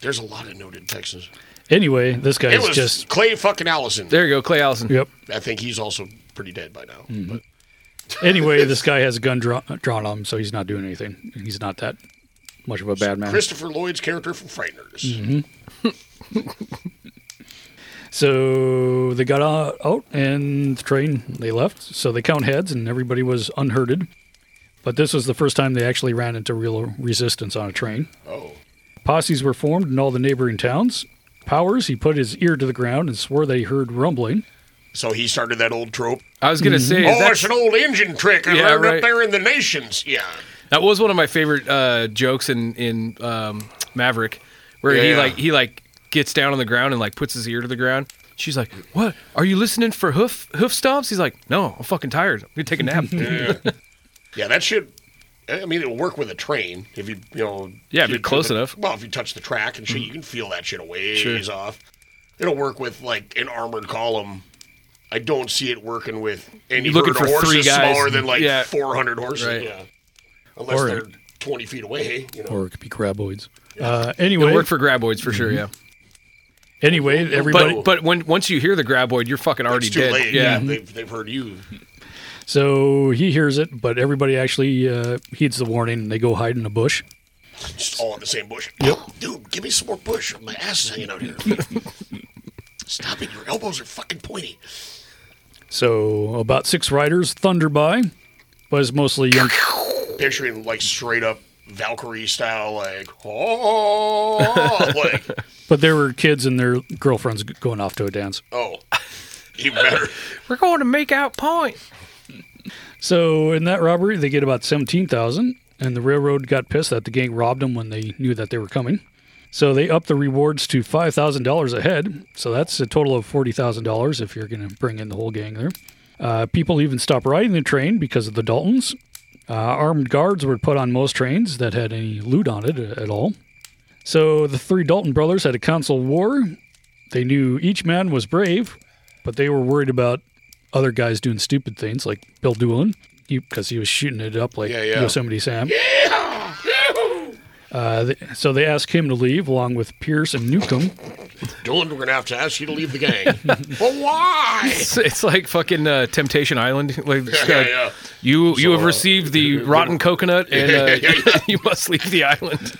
There's a lot of noted Texans.
Anyway, this guy
it
is
was
just
Clay fucking Allison.
There you go, Clay Allison.
Yep.
I think he's also pretty dead by now.
Mhm. anyway, this guy has a gun draw, drawn on him, so he's not doing anything. He's not that much of a bad man.
Christopher Lloyd's character from Frighteners.
Mhm. so they got out, out and the train, they left. So they count heads and everybody was unhurted. But this was the first time they actually ran into real resistance on a train.
Oh.
Posses were formed in all the neighboring towns. Powers, he put his ear to the ground and swore that he heard rumbling.
So he started that old trope.
Mm-hmm. I was gonna say,
oh,
is that-
it's an old engine trick I
Yeah,
learned
right.
up there in the nations. Yeah.
That was one of my favorite uh, jokes in in um, Maverick, where he
Yeah.
like he like gets down on the ground and like puts his ear to the ground. She's like, "What? Are you listening for hoof hoof stomps?" He's like, "No, I'm fucking tired. I'm gonna take a nap."
Yeah. yeah, that should. I mean, it'll work with a train if you you know.
Yeah, if you're
you-
close enough. Mm-hmm.
Well, if you touch the track and shit, you can feel that shit a ways
Sure.
off. It'll work with like an armored column. I don't see it working with any
You're looking
herd of
for
horses
three guys.
smaller than like
Yeah.
400 horses.
Right.
Yeah, unless
Or-
they're 20 feet away. You know.
or it could be graboids. Uh, anyway,
It'll work for graboids for sure. Yeah.
Mm-hmm.
Anyway, everybody.
But, but when once you hear the graboid, you're fucking already
it's too
dead.
late. Mm-hmm.
Yeah.
they've, they've heard you.
so he hears it, but everybody actually uh, heeds the warning and they go hide in a bush.
Just all in the same bush. Oh,
Yep.
Dude, give me some more bush. My ass is hanging out here. Stop it. Your elbows are fucking pointy.
So about six riders thunder by, but it's mostly young.
Picturing like straight up Valkyrie style, like, oh, like,
But there were kids and their girlfriends g- going off to a dance.
oh, you better.
We're going to make out point.
So in that robbery, they get about seventeen thousand, and the railroad got pissed that the gang robbed them when they knew that they were coming. So they upped the rewards to five thousand dollars a head. So that's a total of forty thousand dollars if you're going to bring in the whole gang there. Uh, people even stopped riding the train because of the Daltons. Uh, armed guards were put on most trains that had any loot on it uh, at all. So the three Dalton brothers had a council war. They knew each man was brave, but they were worried about other guys doing stupid things like Bill Doolin, because he, was shooting it up like
yeah.
Yosemite Sam. Uh, th- so they asked him to leave along with Pierce and Newcomb.
Dylan, we're going to have to ask you to leave the gang. but why?
It's, it's like fucking uh, Temptation Island. Like, it's
Yeah,
like,
yeah.
you you have
So, uh,
received the rotten coconut, and uh,
Yeah, yeah,
you must leave the island.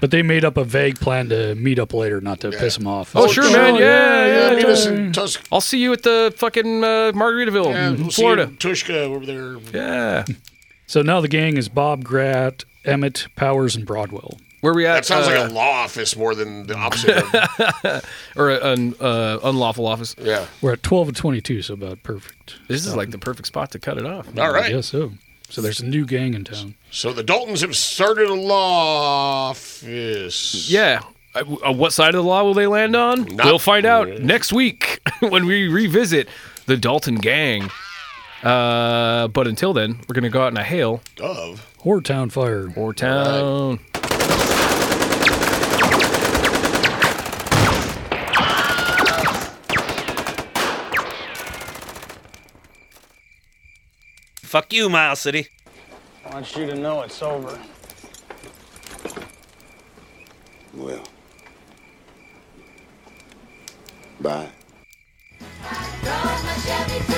But they made up a vague plan to meet up later, not to piss him off.
Oh, sure, man. Yeah, yeah.
meet
yeah.
us in Tus-
I'll see you at the fucking uh, Margaritaville,
yeah, we'll see you
Florida.
in Tushka over there.
Yeah.
So now the gang is Bob Gratt, Emmett, Powers, and Broadwell.
Where we at?
That sounds
uh,
like a law office more than the opposite of
or a- an uh, unlawful office.
Yeah.
We're at 12 and 22, so about perfect.
This is like the perfect spot to cut it off.
All
I
right.
guess so. So there's a new gang in town.
So the Daltons have started a law office.
Yeah. I- uh, what side of the law will they land on?
Not-
we'll find out next week when we revisit the Dalton gang. Uh, but until then, we're gonna go out in a hail Um,
Of.
Whoretown Fire.
Whoretown.
Fuck you, Mile City.
I want you to know it's over.
Well. Bye.
Drove my Chevy to